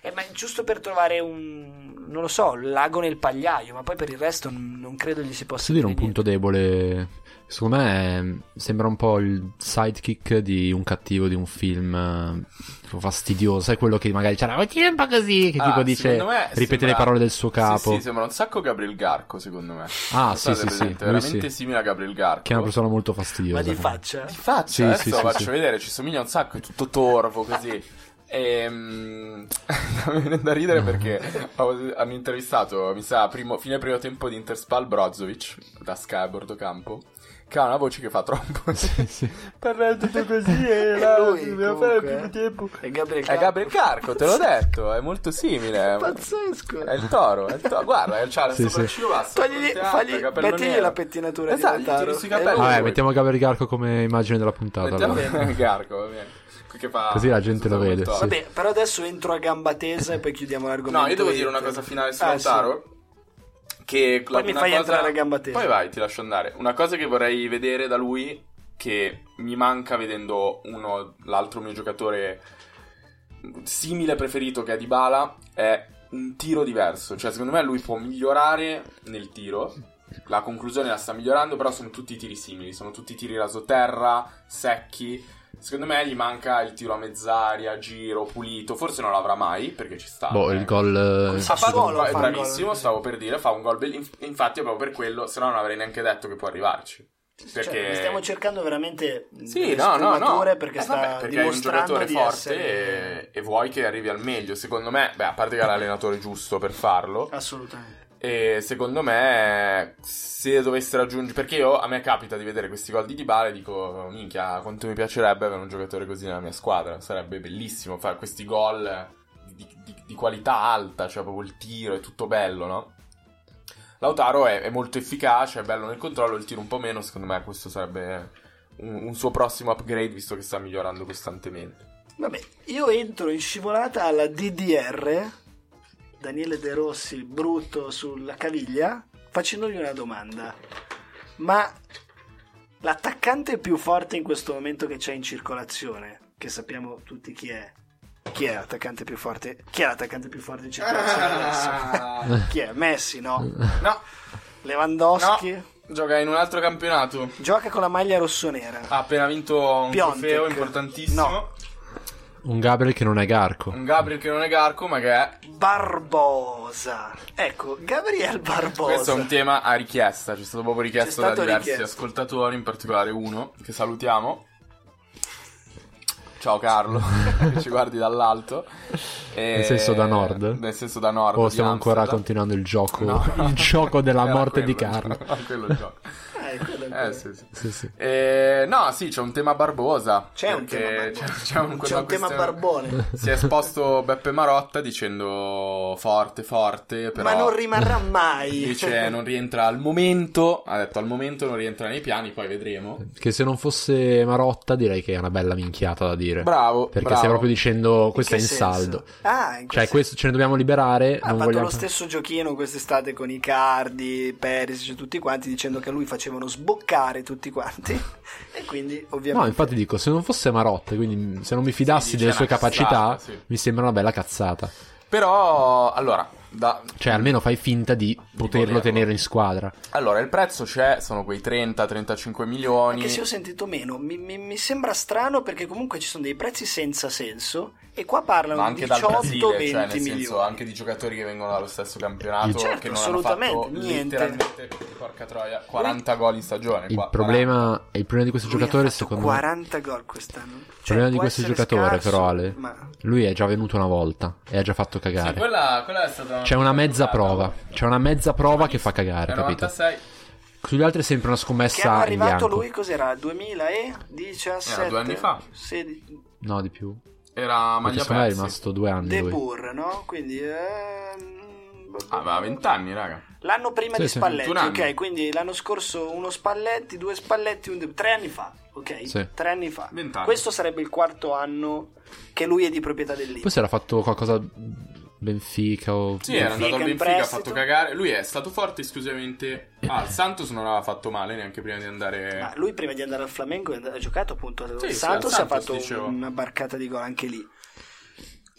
eh, ma giusto per trovare un, non lo so, l'ago nel pagliaio, ma poi per il resto n- non credo gli si possa
Posso dire un
niente.
punto debole? Secondo me eh, sembra un po' il sidekick di un cattivo di un film eh, tipo fastidioso, sai quello che magari c'era, "Oh, tira un po' così, che
Ah,
tipo dice,
secondo me
ripete le
sembra-
parole del suo capo.
Sì, sì, sembra un sacco Gabriel Garco, secondo me.
Ah,
Non
sì, sì,
so se è
sì,
presente,
lui
veramente
sì.
simile a Gabriel Garco.
Che è una persona molto fastidiosa.
Ma di
comunque.
faccia?
Di faccia,
Sì,
adesso
sì,
lo
sì,
faccio
sì.
vedere, ci somiglia un sacco, è tutto torvo così. Ehm, mi viene da ridere perché ho- hanno intervistato, mi sa, primo, fine primo tempo di Interspal Brozovic da Sky a bordo campo, che ha una voce che fa troppo.
Sì, sì.
Parla tutto così e
E
là,
lui,
dobbiamo
comunque,
fare il primo tempo.
è Gabriel
È Gabriel Carco, te l'ho detto, Eh. è molto simile.
Pazzesco.
È il toro, è il toro. Guarda, c'ha la
Sì,
sopra
sì.
il ciglio basso,
Togli,
fronte alta,
fagli,
capello
mettigli
nero.
la pettinatura
Esatto,
di
gli
Lautaro.
tiri sui capelli.
È lui.
Vabbè, mettiamo Gabriel Garco come immagine della puntata.
Mettiamo
allora.
il Carco, va bene. Che fa-
Così la gente lo vede, sì.
Vabbè, però adesso entro a gamba tesa e poi chiudiamo l'argomento.
No, io devo dire
Inter.
una cosa finale su
Ah,
Lautaro. Che
Poi mi
una
fai
cosa-
entrare a gamba tesa.
Poi vai, ti lascio andare. Una cosa che vorrei vedere da lui, che mi manca vedendo uno, l'altro mio giocatore simile preferito che è Dybala, è un tiro diverso. Cioè, secondo me lui può migliorare nel tiro. La conclusione la sta migliorando, però sono tutti tiri simili. Sono tutti tiri rasoterra, secchi. Secondo me gli manca il tiro a mezz'aria, giro, pulito. Forse non l'avrà mai, perché ci sta.
Boh,
eh.
il gol. eh,
Sì,
Ha fatto un
Sassuolo
gol,
fa un gol.
bravissimo, stavo per dire, fa un gol bellissimo. Infatti, è proprio per quello, se no non avrei neanche detto che può arrivarci.
sì. Cioè,
Perché
stiamo cercando veramente
sì,
delle
no, no, no.
sfumature perché
Eh,
sta
vabbè, perché è un
dimostrando
giocatore
di
forte
essere
e, e vuoi che arrivi al meglio. Secondo me, beh, a parte che ha l'allenatore giusto per farlo,
assolutamente.
e secondo me se dovesse raggiungere perché io a me capita di vedere questi gol di Dybala e dico minchia, quanto mi piacerebbe avere un giocatore così nella mia squadra, sarebbe bellissimo fare questi gol di, di- di qualità alta, cioè proprio il tiro è tutto bello, no? Lautaro è, è molto efficace, è bello nel controllo, il tiro un po' meno, secondo me questo sarebbe un, un suo prossimo upgrade visto che sta migliorando costantemente.
Vabbè, io entro in scivolata alla DDR Daniele De Rossi, il brutto sulla caviglia, facendogli una domanda. Ma l'attaccante più forte in questo momento che c'è in circolazione, che sappiamo tutti chi è. Chi è l'attaccante più forte? Chi è l'attaccante più forte in circolazione adesso? Chi è? Messi, no?
no,
Lewandowski?
gioca in un altro campionato.
Gioca con la maglia rossonera.
Ha appena vinto un
Piontek.
trofeo importantissimo.
No.
Un Gabriel che non è Garco.
Un Gabriel che non è Garco, ma che è.
Barbosa. Ecco, Gabriel Barbosa.
Questo è un tema a richiesta. Ci è stato proprio richiesto
C'è stato
da diversi
richiesto.
ascoltatori, in particolare uno che salutiamo. Ciao Carlo, che ci guardi dall'alto. E-
Nel senso da nord?
Eh, Nel senso da nord.
O
di
stiamo ancora
Amsterdam.
continuando il gioco?
No.
Il gioco della
Era
morte di
quello,
Carlo.
era quello il gioco.
Ah, è quello, è quello.
Eh, sì, sì.
Sì, sì.
Eh, no, sì, c'è un tema barbosa.
C'è un
perché
tema barbosa.
C'è, c'è un,
C'è un tema
questione-
barbone.
Si è esposto Beppe Marotta dicendo forte, forte, però...
Ma non rimarrà mai.
Dice non rientra al momento, ha detto al momento non rientra nei piani, poi vedremo.
Che se non fosse Marotta, direi che è una bella minchiata da dire.
Bravo,
Perché
bravo.
stai proprio dicendo questo
che
è in
senso?
saldo.
Ah, in quel
Cioè,
senso.
questo ce ne dobbiamo liberare.
Ha
non
fatto
vogliamo...
lo stesso giochino quest'estate con Icardi, Perisic e tutti quanti dicendo che a lui facevano sboccare tutti quanti e quindi ovviamente
No, infatti dico, se non fosse Marotta, quindi se non mi fidassi
Sì, dice
delle sue
una cazzata,
capacità,
sì.
mi sembra una bella cazzata.
Però, allora, da-
Cioè, almeno fai finta di poterlo
volerlo. Eh,
tenere in squadra.
allora, il prezzo c'è, sono quei 30-35 milioni.
Anche se ho sentito meno, mi, mi- mi sembra strano perché comunque ci sono dei prezzi senza senso e qua parlano
Ma
di
anche dal
18-20
Brasile, cioè nel senso
milioni.
anche di giocatori che vengono dallo stesso campionato,
Certo,
che non hanno
assolutamente,
fatto
niente.
letteralmente, porca troia, 40 gol in stagione.
Il
qua,
problema, il problema di questo
Lui
giocatore,
ha fatto
secondo me.
40 gol quest'anno. Cioè,
problema di
può
questo
essere
giocatore,
scarso,
però, Ale,
ma-
lui è già venuto una volta e ha già fatto
Sì,
cagare.
quella, quella è stata una
C'è una mezza
giocata.
prova. C'è una mezza prova che fa cagare,
Nel
capito?
96
Sugli altri è sempre una
Che era
scommessa in
arrivato
bianco.
lui cos'era? 2017?
Era due anni Eh, fa.
16,
No, di più.
era
Perché
maglia
secondo me è
persi.
rimasto due anni
De
lui.
Boer, no? Quindi... ehm,
Ah, aveva 20 anni, raga.
L'anno prima
Sì,
di
sì.
Spalletti,
21 anni.
ok? Quindi l'anno scorso uno Spalletti, due Spalletti, un De... tre anni fa, ok?
Sì.
Tre anni fa.
20 anni.
Questo sarebbe il quarto anno che lui è di proprietà dell'Inter.
Poi si era fatto qualcosa Benfica o
Sì, era andato al
Benfica in
Benfica, ha
prestito.
fatto cagare. Lui è stato forte esclusivamente. Ah, il Santos non aveva fatto male neanche prima di
Ma
andare.
lui prima di andare al Flamengo ha giocato appunto al
Eh. Sì, sì,
Santos,
al
ha
Santos,
fatto un-
dicevo.
una barcata di gol anche lì.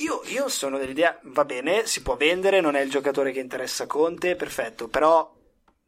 Io, io sono dell'idea, va bene, si può vendere, non è il giocatore che interessa Conte, perfetto, però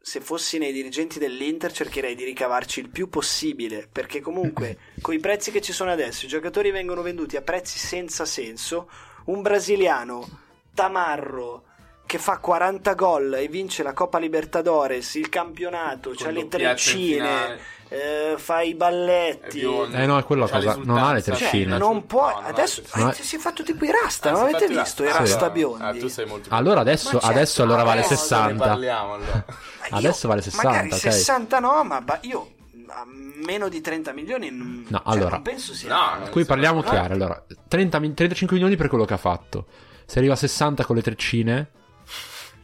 se fossi nei dirigenti dell'Inter cercherei di ricavarci il più possibile, perché comunque con i prezzi che ci sono adesso i giocatori vengono venduti a prezzi senza senso, un brasiliano, Tamarro, che fa 40 gol e vince la Coppa Libertadores, il campionato,
Con
c'ha le
doppietta in
treccine,
finale.
eh, fa i balletti.
È biondo.
Eh no, è quella la
C'ha
cosa. Non ha le
l'esultanza.
Cioè,
treccine.
non puoi.
No, no,
adesso
no.
no.
eh, si è fatto tipo i rasta,
Ah,
non
si è
avete
fatto
visto? I
la-
Sì.
rasta
Ah,
biondi.
tu sei molto Eh,
Allora adesso,
Ma certo,
adesso allora vale
adesso Cioè, ne
60.
parliamo allora.
Ma
Adesso vale 60,
Magari
ok.
60 no, ma ba- io a meno di 30 milioni non,
No,
cioè,
allora.
non penso sia.
No, Ah, no.
Qui parliamo
No.
chiaro. Allora, 30 mi- 35 milioni per quello che ha fatto. Se arriva a 60 con le treccine,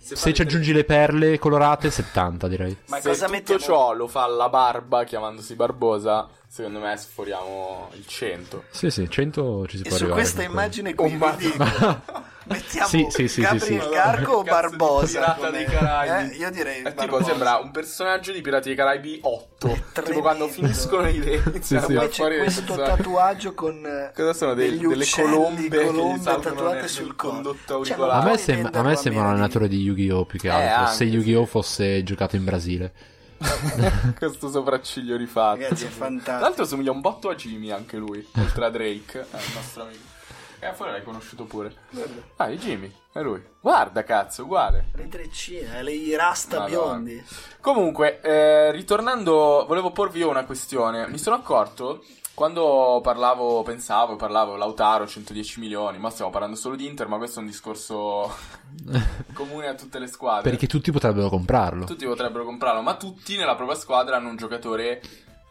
se ci aggiungi le perle colorate, 70 direi.
Ma
se
cosa
tutto
mettiamo?
ciò lo fa alla barba chiamandosi Barbosa, secondo me sforiamo il 100.
Sì, sì, 100 ci si
E
può
su
arrivare.
questa
comunque.
immagine qui
Un ba-
vi dico, mettiamo
Sì, sì, sì,
Gabriel
sì, sì.
Garco o
Cazzo di
Barbosa?
Pirata dei
come-
Caraibi.
eh, io direi
È tipo,
Barbosa.
sembra un personaggio di Pirati dei Caraibi 8. tipo
Tremendo.
quando finiscono le idee, iniziano
sì.
a far
Poi c'è
fuori le
Cioè, questo
persone.
tatuaggio con eh,
Cosa sono? Dei-
degli
delle
uccelli,
colombe che gli
colombe
saltano
tatuate
nel-
sul
nel
collo.
condotto
Cioè,
auricolare.
non
A me,
puoi
sembra- a
venderlo
me
a
sembra un
meno di-
allenatore di Yu-Gi-Oh! più che
Eh,
altro.
anche,
Se Yu-Gi-Oh! fosse giocato in Brasile.
questo sopracciglio rifatto.
Ragazzi, è fantastico.
Tra l'altro somiglia un botto a Jimmy anche lui, oltre a Drake, Eh, è il nostro amico. E fuori l'hai conosciuto pure. Ah, è Jimmy, è lui. Guarda, cazzo, uguale.
Le treccine, le i rasta
Madonna.
biondi.
Comunque, eh, ritornando, volevo porvi io una questione. Mi sono accorto quando parlavo, pensavo, parlavo Lautaro 110 milioni, ma stiamo parlando solo di Inter, ma questo è un discorso comune a tutte le squadre.
Perché tutti potrebbero comprarlo.
Tutti potrebbero comprarlo, ma tutti nella propria squadra hanno un giocatore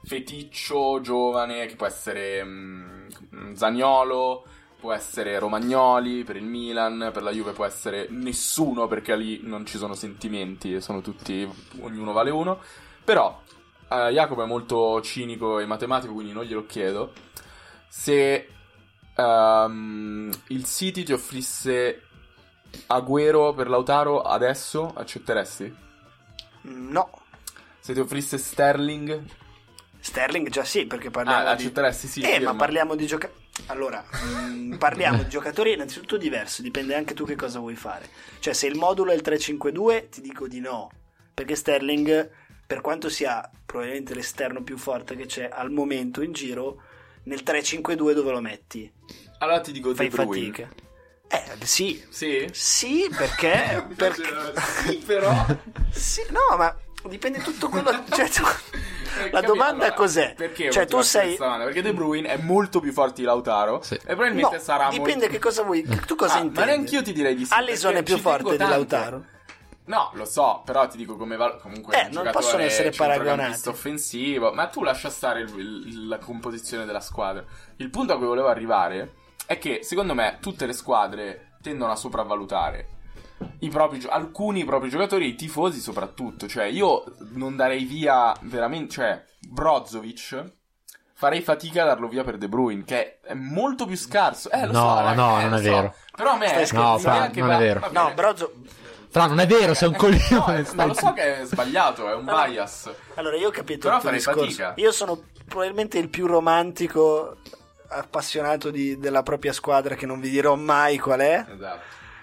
feticcio, giovane, che può essere mm, Zaniolo, può essere Romagnoli per il Milan, per la Juve può essere nessuno perché lì non ci sono sentimenti, sono tutti, ognuno vale uno. Però eh, Jacopo è molto cinico e matematico, quindi non glielo chiedo. Se ehm, il City ti offrisse Agüero per Lautaro adesso, accetteresti?
No.
Se ti offrisse Sterling,
Sterling già sì, perché parliamo
ah,
di...
accetteresti sì.
eh,
firma.
ma parliamo di giocatori... Allora, mm, parliamo di giocatori innanzitutto diversi, dipende anche tu che cosa vuoi fare. Cioè, se il modulo è il 3-5-2, ti dico di no, perché Sterling, per quanto sia probabilmente l'esterno più forte che c'è al momento in giro, nel 3-5-2 dove lo metti?
Allora ti dico
Fai
De Bruyne.
fatica. Eh, sì.
Sì? eh,
Sì, Eh, perché... perché...
Sì, però...
Sì, no, ma dipende tutto quello... Cioè, tu- La
Eh, Capito?
domanda
Allora,
cos'è?
Perché
Cioè,
ho
tu
motivato
sei-
questa domanda? Perché De Bruyne è molto più forte di Lautaro
Sì.
e probabilmente
No,
sarà
dipende
molto...
che cosa vuoi. Tu cosa
Ah,
intendi?
Ma neanche io ti direi di sì.
Allison
perché
è più
ci tengo
forte di
tanto.
Lautaro.
No, lo so, però ti dico come val- comunque
Eh,
è un
non
giocatore
possono essere
centrocampista
paragonati.
offensivo, ma tu lascia stare il- il- la composizione della squadra. Il punto a cui volevo arrivare è che secondo me tutte le squadre tendono a sopravvalutare i propri gio- alcuni propri giocatori, i tifosi soprattutto, cioè io non darei via veramente, cioè Brozovic Farei fatica a darlo via per De Bruyne, che è molto più scarso. Eh, lo
No,
so, raga,
no,
eh,
non
lo
è
so.
vero.
Però a me
Stai scherzando?
No, Fra, non è vero.
No, Brozo.
Fra, non è vero, sei un coglione.
Eh, No, ma lo so che è sbagliato, è un
Allora-
bias.
Allora, io ho capito
Però
il tuo
farei
discorso.
fatica.
Io sono probabilmente il più romantico appassionato di- della propria squadra che non vi dirò mai qual è.
Esatto.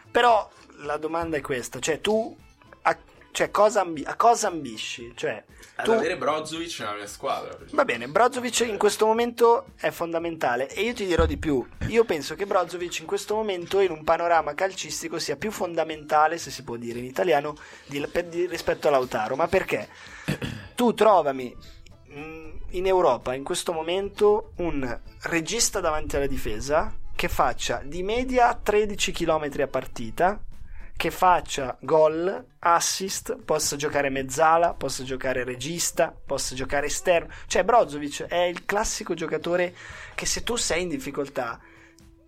Però la domanda è questa, cioè tu a, cioè, cosa, ambi- a cosa ambisci? Cioè,
Ad
tu
avere Brozovic nella mia squadra.
Va bene, Brozovic in questo momento è fondamentale e io ti dirò di più. Io penso che Brozovic in questo momento in un panorama calcistico sia più fondamentale, se si può dire in italiano, di- per- di- rispetto a Lautaro. Ma perché? Tu trovami mh, Mm, in Europa in questo momento un regista davanti alla difesa che faccia di media 13 km a partita, che faccia gol, assist, possa giocare mezzala, possa giocare regista, possa giocare esterno. Cioè Brozovic è il classico giocatore che se tu sei in difficoltà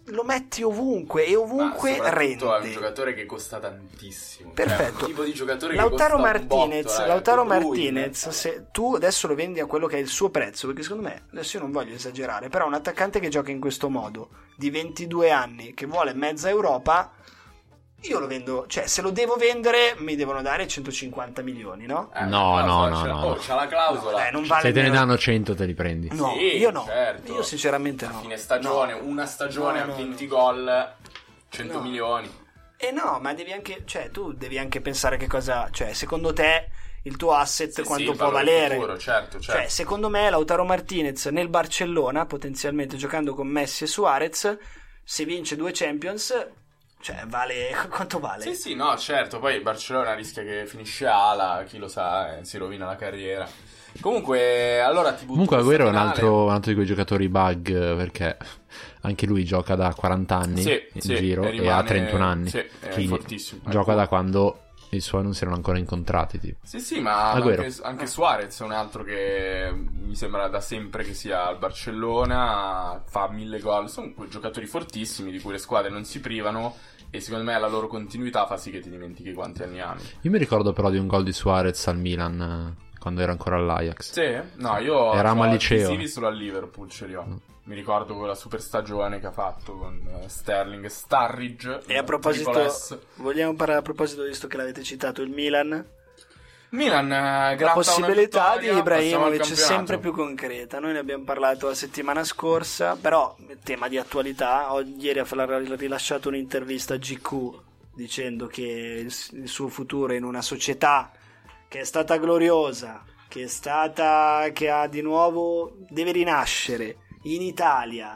lo metti ovunque e ovunque rende.
è un giocatore che costa tantissimo. Cioè, è
Perfetto.
un tipo di giocatore
Lautaro
che costa un
Martinez,
botto, eh, raga.
Lautaro
De Bruyne, eh.
Martinez, se tu adesso lo vendi a quello che è il suo prezzo, perché secondo me, adesso io non voglio esagerare, però un attaccante che gioca in questo modo, di 22 anni, che vuole mezza Europa, io lo vendo, cioè se lo devo vendere mi devono dare 150 milioni, no?
Eh,
No,
la
no,
clausola,
no,
c'è la-
no.
Oh, c'ha la clausola.
Eh, non vale
Se te ne
meno-
danno 100 te li prendi.
No,
Sì,
io no.
certo.
Io sinceramente no.
Fine stagione,
No.
una stagione
No, no,
a 20
no.
gol, 100
No.
milioni.
Eh no, ma devi anche, cioè tu devi anche pensare che cosa, cioè secondo te il tuo asset
Sì,
quanto
sì,
può
parlo del
valere?
futuro, certo, certo.
Cioè, secondo me Lautaro Martinez nel Barcellona, potenzialmente giocando con Messi e Suarez, se vince due Champions Cioè, vale qu- quanto vale?
Sì, sì, no, certo. Poi il Barcellona rischia che finisce ala, chi lo sa, eh, si rovina la carriera. Comunque, allora ti butto
Comunque
questa
Agüero è un
finale.
altro, un altro di quei giocatori bug eh, perché anche lui gioca da 40 anni
Sì,
in
sì,
giro e ha
rimane-
31 anni.
Sì, è
Quindi
fortissimo. ecco.
Gioca da quando i suoi non si erano ancora incontrati. Tipo.
Sì, sì, ma
Agüero.
anche, anche Suarez è un altro che mi sembra da sempre che sia al Barcellona, fa mille gol, sono quei giocatori fortissimi di cui le squadre non si privano e secondo me la loro continuità fa sì che ti dimentichi quanti anni hanno.
Io mi ricordo però di un gol di Suarez al Milan eh, quando era ancora all'Ajax.
Sì, no, io
Eravamo
ho
al liceo.
visivi solo al Liverpool ce li ho.
Mm.
Mi ricordo quella super stagione che ha fatto con eh, Sterling e Starridge.
E a proposito,
Nicolas.
vogliamo parlare a proposito, visto che l'avete citato, il Milan?
Milan, eh, grazie
La possibilità di Ibrahimovic è
è
sempre più concreta. Noi ne abbiamo parlato la settimana scorsa, però tema di attualità. Oggi- Ieri ha fla- rilasciato un'intervista a GQ dicendo che il s- il suo futuro è in una società che è stata gloriosa, che è stata che ha di nuovo deve rinascere in Italia.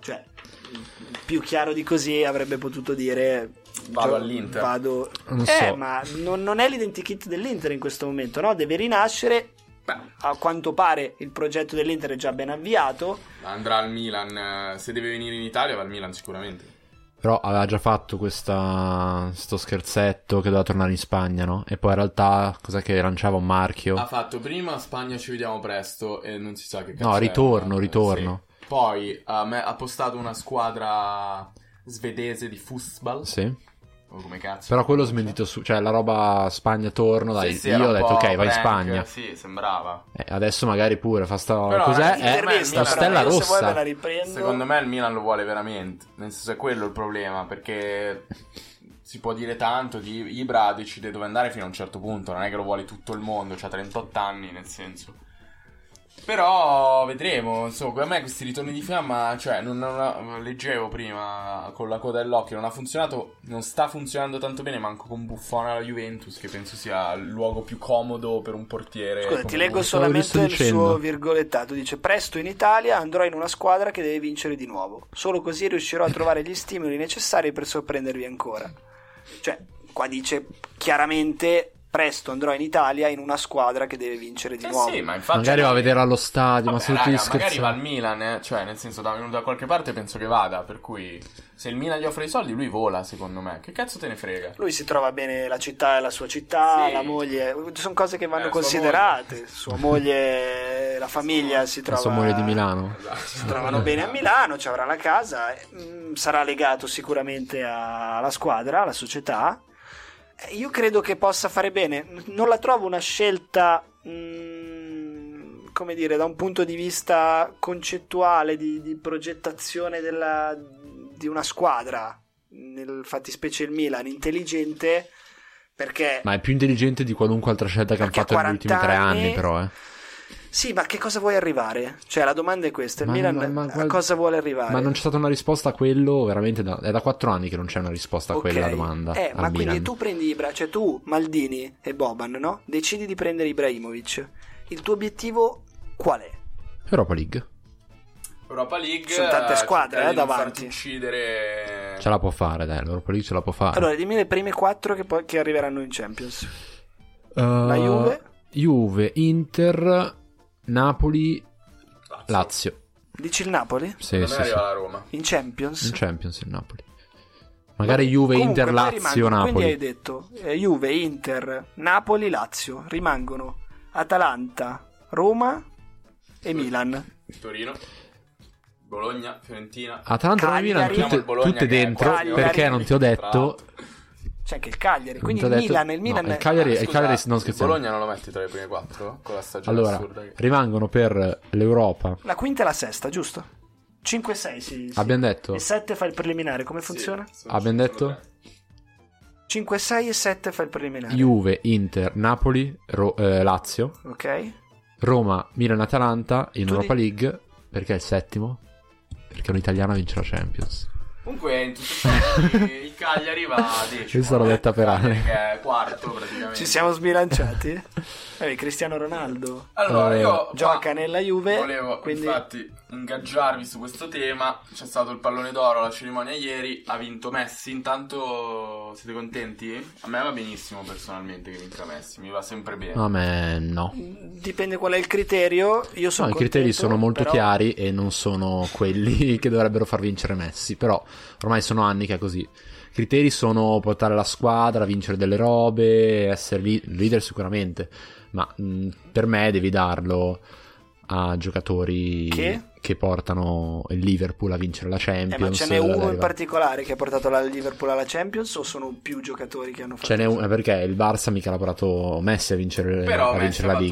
Cioè, più chiaro di così avrebbe potuto dire
Vado
gio-
all'Inter.
Vado
Non
eh,
so.
ma non, non è l'identikit dell'Inter in questo momento, no? Deve rinascere. A quanto pare il progetto dell'Inter è già ben avviato.
Andrà al Milan, eh, se deve venire in Italia va al Milan sicuramente.
Però aveva già fatto questa, sto scherzetto che doveva tornare in Spagna, no? E poi in realtà cos'è che lanciava un marchio?
Ha fatto prima Spagna ci vediamo presto e non si sa che cazzo
Oh. no,
era.
ritorno,
Eh,
ritorno.
sì. Poi ha, me- ha postato una squadra svedese di football.
Sì.
O come cazzo.
Però quello
si chiama.
smentito su, cioè la roba Spagna torno, dai.
Sì, sì, era
Io ho
un
detto
po'
ok, vai in
prank,
Spagna.
Sì, sembrava.
Eh, adesso magari pure fa sta
Però,
cos'è?
ragazzi,
Eh,
intervista,
la
però,
stella
io Se vuoi
rossa.
ve la riprendo.
Secondo me il Milan lo vuole veramente. Nel senso è quello il problema, perché si può dire tanto di Ibra decide dove andare fino a un certo punto, non è che lo vuole tutto il mondo, ha 38 anni, nel senso. Però vedremo, insomma, a me questi ritorni di fiamma, cioè, non, non- leggevo prima con la coda dell'occhio, non ha funzionato, non sta funzionando tanto bene, manco con Buffon alla Juventus, che penso sia il luogo più comodo per un portiere.
Scusa,
come
ti leggo
lui.
stavo giusto
solamente il
dicendo.
suo virgolettato. Dice: Presto in Italia andrò in una squadra che deve vincere di nuovo. Solo così riuscirò a trovare gli stimoli necessari per sorprendervi ancora. Cioè, qua dice chiaramente: Presto andrò in Italia in una squadra che deve vincere di
Eh
nuovo.
sì, ma infatti...
Magari va a vedere allo stadio, ma
Vabbè,
sono
raga,
tutti
magari va al
scherzando.
Milan, eh. cioè nel senso da, da qualche parte penso che vada, per cui se il Milan gli offre i soldi lui vola secondo me, che cazzo te ne frega?
Lui si trova bene la città e la sua città,
Sì.
la moglie, sono cose che vanno
Eh, sua
considerate. Sua moglie, la famiglia si
La
trova.
Eh, sua moglie di Milano.
Si trovano bene a Milano, ci avrà la casa, eh, mm, sarà legato sicuramente a- alla squadra, alla società. Eh, Io credo che possa fare bene. N- Non la trovo una scelta, mm, come dire, da un punto di vista concettuale, di, di progettazione della- di una squadra, nel fattispecie il Milan, intelligente, perché...
Ma è più intelligente di qualunque altra scelta che hanno
Perché
fatto negli ultimi
40
tre anni,
anni-
però, eh.
Sì, ma che cosa vuoi arrivare? Cioè, la domanda è questa, il
Ma-
Milan
ma- ma
a
guarda-
cosa vuole arrivare?
Ma non c'è stata una risposta a quello, veramente. da- è da quattro anni che non c'è una risposta a
Ok.
quella domanda.
Eh,
al
ma
Milan.
quindi tu prendi Ibra, cioè tu, Maldini e Boban, no? Decidi di prendere Ibrahimovic. Il tuo obiettivo qual è?
Europa League
Europa League...
Sono tante
eh,
squadre,
cerca
eh,
di non
davanti.
farti uccidere...
ce la può fare, dai. L'Europa League ce la può fare.
Allora, dimmi le prime quattro che, poi, che arriveranno in Champions.
Eh,
La Juve,
Juve, Inter, Napoli, Lazio.
dici il Napoli?
Sì,
Secondo
sì,
me
sì.
arriva la Roma.
In Champions?
In Champions il Napoli. Magari Juve,
Comunque,
Inter,
poi
Lazio,
rimangono-
Napoli.
Quindi hai detto eh, Juve, Inter, Napoli, Lazio. Rimangono Atalanta, Roma e Milan.
Torino, Bologna, Fiorentina...
Atalanta e
Cagliari.
Milan
Abbiamo il
tutte,
Bologna
tutte
che è
dentro
Cagliari. eh,
perché non ti ho
Tra l'altro.
detto
C'è anche il Cagliari.
non
Quindi
ti ho
il
detto-
Milan, il
no,
Milan...
il Cagliari,
Ah,
il
scusa,
Cagliari non
il
scherziamo.
Bologna non lo metti tra le prime quattro? Con la
cioè,
stagione
Allora,
assurda che...
rimangono per l'Europa.
La quinta e la sesta, giusto? 5 e 6, Eh sì. sì.
Abbiamo detto
E 7 fa il preliminare, come
Sì,
funziona?
sono-
Ah, Abbiamo
sono
detto?
tre.
5 6 e 7 fa il preliminare.
Juve, Inter, Napoli, Ro- eh, Lazio,
Ok?
Roma, Milan, Atalanta in
Tu
Europa
di-
League. Perché è il settimo? Perché un'italiana vince la Champions.
Comunque, in tutto ciò, il Cagliari va a decimo.
Questa l'ho detta per
Cagliari
anni.
Che è quarto praticamente.
Ci siamo sbilanciati? Eh, Cristiano Ronaldo
Allora, io
Eh,
qua
gioca nella Juve.
Oh, volevo
quindi
infatti ingaggiarvi su questo tema. C'è stato il pallone d'oro alla cerimonia ieri, ha vinto Messi. Intanto siete contenti? A me va benissimo personalmente che vinca Messi, mi va sempre
Eh.
bene.
A me no.
dipende qual è il criterio. Io
No,
sono
i criteri
contento,
sono molto
però-
chiari e non sono quelli che dovrebbero far vincere Messi, però ormai sono anni che è così. I criteri sono portare la squadra, vincere delle robe, essere li- leader sicuramente, ma mh, per me devi darlo a giocatori
Che?
portano il Liverpool a vincere la
Eh, ma
Champions.
ce n'è
ad
uno in
arrivare-
particolare che ha portato la Liverpool alla Champions o sono più giocatori che hanno fatto?
Ce n'è uno, perché il Barça mica l'ha portato Messi a vincere,
Però
a
Messi
vincere
ha
la
fatto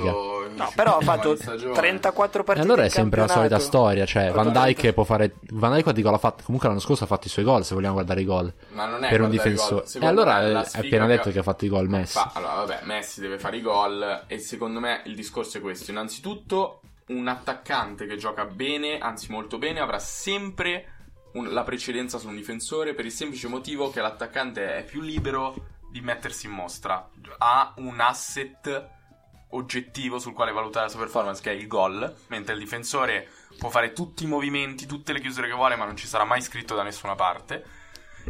Liga.
No, però ha fatto
ogni stagione.
34
E
partite.
allora è
in
sempre la solita
campionato.
storia, cioè Van
Totalmente.
Dyke può fare... Van Dyke dico, l'ha fatto, comunque l'anno scorso ha fatto i suoi gol, se vogliamo guardare i gol,
Ma non è
per un
guardare i
difensore.
gol.
E
Secondo
allora
me la
hai
sfiga
appena detto che ha fatto i gol Messi.
Fa- allora, vabbè, Messi deve fare i gol e secondo me il discorso è questo. Innanzitutto, un attaccante che gioca bene, anzi molto bene, avrà sempre un- la precedenza su un difensore per il semplice motivo che l'attaccante è più libero di mettersi in mostra. Ha un asset oggettivo sul quale valutare la sua performance, che è il gol, mentre il difensore può fare tutti i movimenti, tutte le chiusure che vuole, ma non ci sarà mai scritto da nessuna parte.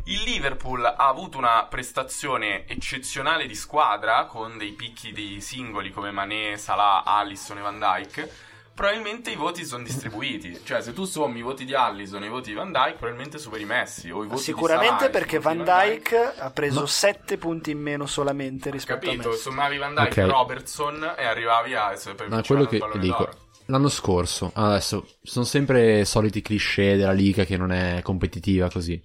Il Liverpool ha avuto una prestazione eccezionale di squadra con dei picchi di singoli come Mané, Salah, Allison e Van Dyke. Probabilmente i voti sono distribuiti, cioè se tu sommi i voti di Allison e i voti di Van Dyke, probabilmente superi Messi o i voti di
Sicuramente
Salah,
perché
i voti
Van
di
Dyke ha preso
No.
7 punti in meno solamente rispetto a
Capito,
Messi.
sommavi Van Dyke e
Ok.
Robertson e arrivavi a...
Ma è quello che dico. L'anno scorso, adesso, sono sempre soliti cliché della Liga che non è competitiva così.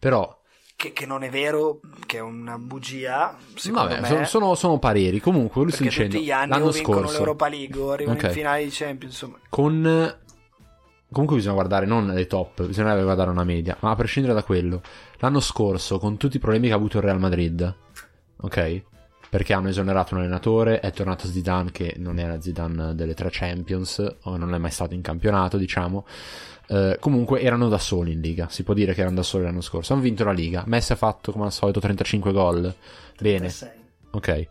Però,
Che, che non è vero, che è una bugia. Secondo
vabbè,
me,
sono, sono- sono pareri. Comunque, lui sta
perché
dicendo,
tutti gli anni o
l'anno
vincono
scorso...
l'Europa League o arrivano
Ok.
in finale di Champions. Insomma,
con comunque bisogna guardare non le top bisogna guardare una media ma a prescindere da quello l'anno scorso con tutti i problemi che ha avuto il Real Madrid ok perché hanno esonerato un allenatore è tornato Zidane che non era Zidane delle tre Champions o non è mai stato in campionato diciamo Eh, comunque erano da soli in Liga si può dire che erano da soli l'anno scorso hanno vinto la Liga Messi ha fatto come al solito 35 gol bene
36.
Ok.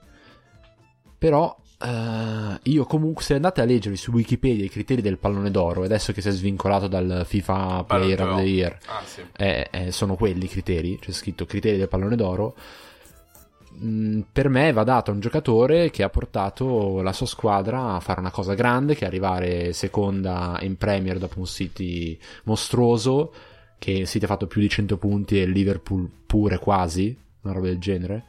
Però eh, io comunque se andate a leggervi su Wikipedia i criteri del pallone d'oro, adesso che si è svincolato dal FIFA Player of the Year,
Ah, sì.
eh, eh, sono quelli i criteri, c'è scritto criteri del pallone d'oro. Mm, Per me va dato a un giocatore che ha portato la sua squadra a fare una cosa grande, che è arrivare seconda in Premier dopo un City mostruoso, che il City ha fatto più di 100 punti e il Liverpool pure quasi, una roba del genere,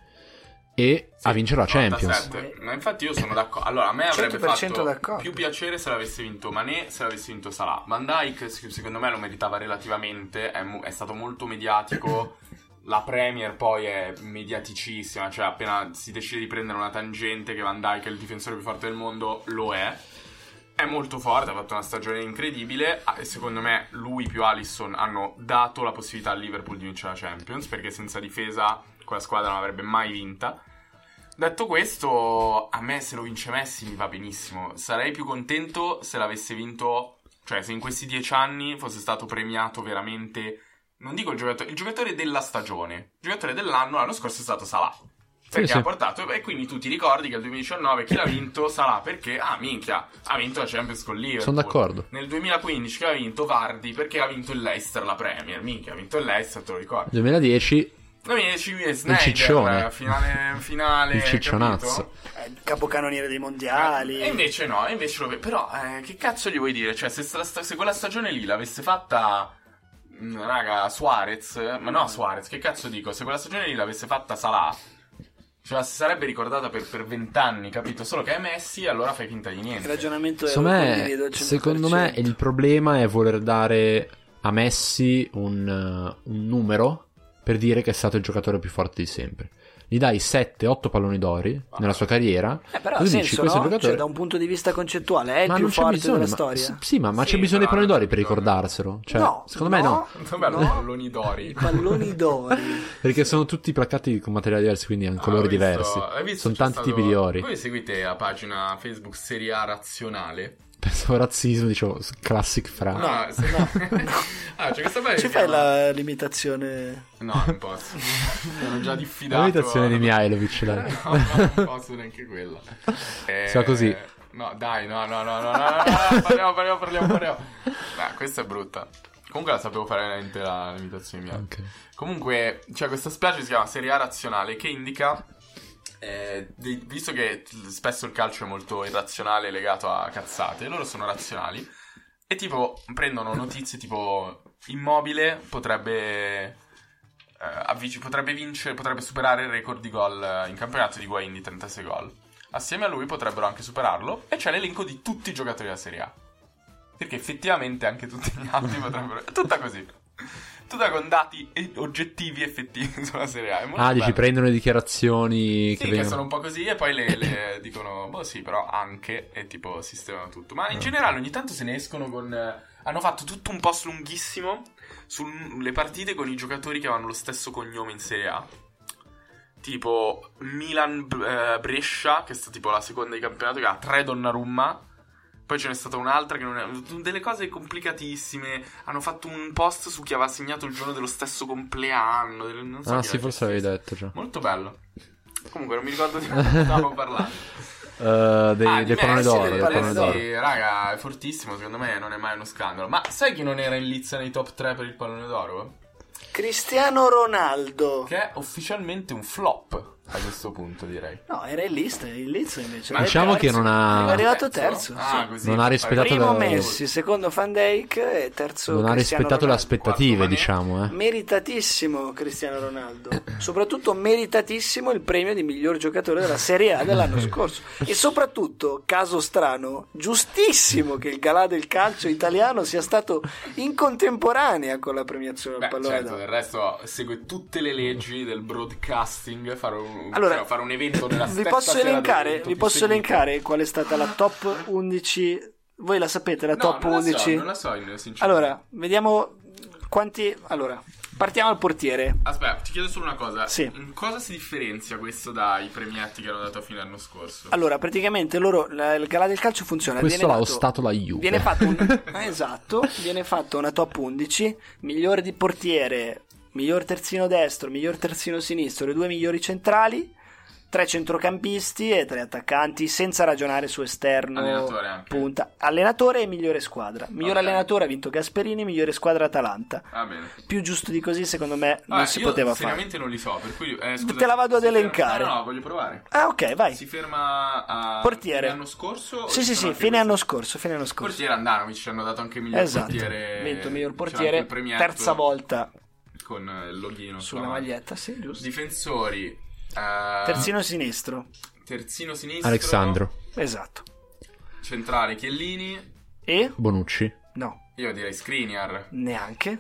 e a vincere la Champions.
97. Ma infatti io sono d'accordo. Allora, a me avrebbe
100%
fatto
d'accordo.
più piacere se l'avesse vinto Mané, se l'avesse vinto Salah. Van Dyke, secondo me, lo meritava relativamente, è, mo- è stato molto mediatico. La Premier poi è mediaticissima, cioè appena si decide di prendere una tangente che Van Dyke è il difensore più forte del mondo, lo è. È molto forte, ha fatto una stagione incredibile. Ah, e Secondo me lui più Allison hanno dato la possibilità al Liverpool di vincere la Champions, perché senza difesa quella squadra non avrebbe mai vinta. Detto questo, a me se lo vince Messi mi va benissimo. Sarei più contento se l'avesse vinto, cioè se in questi dieci anni fosse stato premiato veramente, non dico il giocatore, il giocatore della stagione. Il giocatore dell'anno l'anno scorso è stato Salah. Perché
sì.
ha portato, e quindi tu ti ricordi che nel 2019 chi l'ha vinto Salah perché, ah minchia, ha vinto la Champions con Liverpool.
Sono d'accordo.
Nel 2015 che ha vinto Vardi perché ha vinto il Leicester la Premier, minchia, ha vinto il Leicester, te lo ricordi?
2010
Noi Snyder,
ciccione.
eh, finale, finale,
Il ciccionazzo.
capito?
È il capocannoniere dei mondiali.
E invece no, e invece lo ve- Però, eh, che cazzo gli vuoi dire? Cioè, se, sta- sta- se quella stagione lì l'avesse fatta. mm, Raga, Suarez. Ma no, Suarez, che cazzo dico? Se quella stagione lì l'avesse fatta Salah. Cioè, si sarebbe ricordata per per vent'anni, capito? Solo che è Messi, allora fai finta di
Il
niente.
ragionamento è
Secondo
condivido
me,
al 100%.
secondo me il problema è voler dare a Messi un, eh, un numero per dire che è stato il giocatore più forte di sempre. Gli dai 7-8 palloni d'ori
Ah.
nella sua carriera.
Eh, però ha
tu dici,
senso,
questo è
no?
il giocatore-
Cioè, da un punto di vista concettuale, è il
ma
più
non c'è
forte
bisogno.
della
ma-
storia.
s- sì, ma, ma
Sì,
c'è bisogno dei
però-
palloni d'ori per ricordarselo. Cioè, secondo me no.
Vabbè, Eh,
no.
palloni d'ori.
I palloni d'ori.
Perché sono tutti placcati con materiali diversi, quindi hanno
Ah,
colori
ho visto-
diversi.
hai visto
sono
c'è
tanti
stato-
tipi di ori.
Voi seguite la pagina Facebook Serie A Razionale?
pensavo razzismo, dicevo s- classic fra.
No, se- ah, c'è questa pelle.
Ci fai la limitazione?
No, non posso. Sono già diffidato.
la imitazione di Mihailovic, dai.
No, no, non posso neanche quella. Eh,
Sa così.
No, dai, no, no, no, no, no, no, no, parliamo, parliamo, parliamo, parliamo. No, questa è brutta. Comunque la sapevo fare veramente la limitazione mia.
Ok.
Comunque, c'è questa specie che si chiama Serie A razionale che indica, eh, di- visto che t- spesso il calcio è molto irrazionale, legato a cazzate, loro sono razionali e tipo prendono notizie tipo immobile potrebbe, eh, avvic- potrebbe vincere, potrebbe superare il record di gol eh, in campionato di Guain di 36 gol. Assieme a lui potrebbero anche superarlo e c'è l'elenco di tutti i giocatori della Serie A. Perché effettivamente anche tutti gli altri potrebbero... È tutta così. Tutta con dati e- oggettivi effettivi sulla Serie A. È molto
Ah, dici,
bello.
prendono le dichiarazioni
Sì,
che
che,
vengono...
sono un po' così e poi le, le dicono, boh sì, però anche, e tipo sistemano tutto.
Ah.
Ma in generale ogni tanto se ne escono con... eh, hanno fatto tutto un post lunghissimo sulle partite con i giocatori che avevano lo stesso cognome in Serie A. Tipo Milan-Brescia, che è stata tipo la seconda di campionato, che ha tre Donnarumma. Poi ce n'è stata un'altra che non è... Delle cose complicatissime. Hanno fatto un post su chi aveva segnato il giorno dello stesso compleanno. delle- non so
Ah,
chi
sì,
era
forse
che-
avevi detto già.
Molto bello. Comunque, non mi ricordo di cosa stavamo parlando.
Eh, dei,
Ah,
dei
di
palloni
Messi,
d'oro,
del
dei
palloni
palloni
d'oro.
d'oro.
Sì, raga, è fortissimo. Secondo me non è mai uno scandalo. Ma sai chi non era in lizza nei top 3 per il pallone d'oro?
Cristiano Ronaldo.
Che è ufficialmente un flop a questo punto, direi.
No, era il list, il list invece.
Ma
Era
Diciamo
terzo.
che non ha-
È arrivato terzo.
Ah,
sì.
così.
Non ha rispettato
Primo
la-
Messi, secondo Van Dijk e terzo
Non ha
Cristiano
rispettato le
Ronaldo.
aspettative,
Guarda,
diciamo, eh.
Meritatissimo Cristiano Ronaldo, soprattutto meritatissimo il premio di miglior giocatore della Serie A dell'anno scorso e soprattutto, caso strano, giustissimo che il galà del calcio italiano sia stato in contemporanea con la premiazione al
Beh,
pallone
certo,
d'oro.
del resto segue tutte le leggi del broadcasting. Fare un,
Allora,
cioè, fare un evento nella
vi
stessa
posso
sera
elencare,
dell'evento
vi
più
posso
seguito.
elencare qual è stata la top 11? Voi la sapete la
No,
top
non la so,
11?
non la so, sinceramente.
Allora, vediamo quanti Allora, partiamo al portiere.
Aspetta, ti chiedo solo una cosa.
Sì.
In cosa si differenzia questo dai premiati che hanno dato a fine anno scorso?
Allora, praticamente loro la- il galà del calcio funziona,
Questo
viene
l'ha
dato-
ostato la Juve.
Viene fatto un- eh, esatto, viene fatta una top 11, migliore di portiere, miglior terzino destro, miglior terzino sinistro, le due migliori centrali, tre centrocampisti e tre attaccanti, senza ragionare su esterno,
Allenatore anche.
punta, allenatore e migliore squadra. Miglior
Ok.
allenatore ha vinto Gasperini, migliore squadra Atalanta.
Va bene.
Più giusto di così, secondo me, non
Vabbè,
si
Ah, io
poteva fare.
seriamente non li so, per cui eh, scusa,
Te la vado ad
si ferma-
elencare.
No, no, voglio provare.
Ah, ok, vai.
Si ferma a
Portiere.
fine anno scorso? o
Sì,
ci
sì,
sono
sì,
anche
fine
questi?
anno scorso, fine anno scorso.
Portiere Andanovic ci hanno dato anche miglior
esatto,
portiere.
vinto miglior
C'era anche
portiere,
il premiato
terza volta
con eh, il loghino
sulla
no?
maglietta, sì, giusto.
Difensori eh,
Terzino sinistro,
terzino sinistro
Alexandro,
esatto.
Centrale Chiellini.
E?
Bonucci,
No,
Io direi Skriniar.
neanche.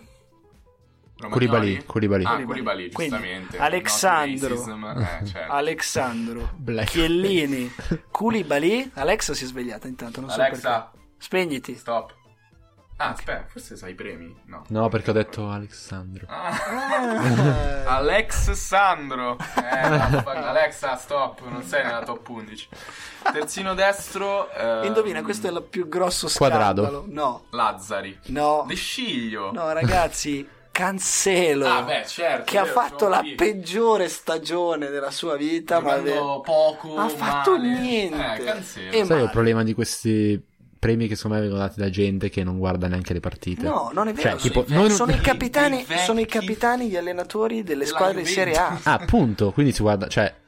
Curibali,
Romagnoli.
Curibali.
Ah,
Koulibaly,
Koulibaly,
quindi
giustamente.
Alexandro.
No, racism, eh, certo.
Alexandro,
Black.
Chiellini, Koulibaly. Alexa si è svegliata intanto, non so
Alexa,
perché. Spegniti.
stop. Ah, aspetta, forse sai i premi? No.
No, perché ho detto Alexandro.
Ah. Alex Sandro. Eh, vaffa- Alexa, stop, non sei nella top 11. Terzino destro ehm,
Indovina, questo è il più grosso
Quadrado.
scandalo. No,
Lazzari.
no.
De Sciglio.
No, ragazzi, Cancelo.
Ah, beh, certo.
che ha
vero,
fatto
sono
la
qui.
peggiore stagione della sua vita, ma
Giocando poco,
ha fatto
male.
niente.
Eh, Cancelo.
E
Sai il
male.
problema di questi premi che secondo me vengono dati da gente che non guarda neanche le partite?
No, non è vero.
Cioè, tipo,
sono,
noi non-
sono i capitani,
i vecchi-
sono i capitani, gli allenatori delle
della
squadre di Serie A.
Ah, appunto, quindi si guarda, cioè,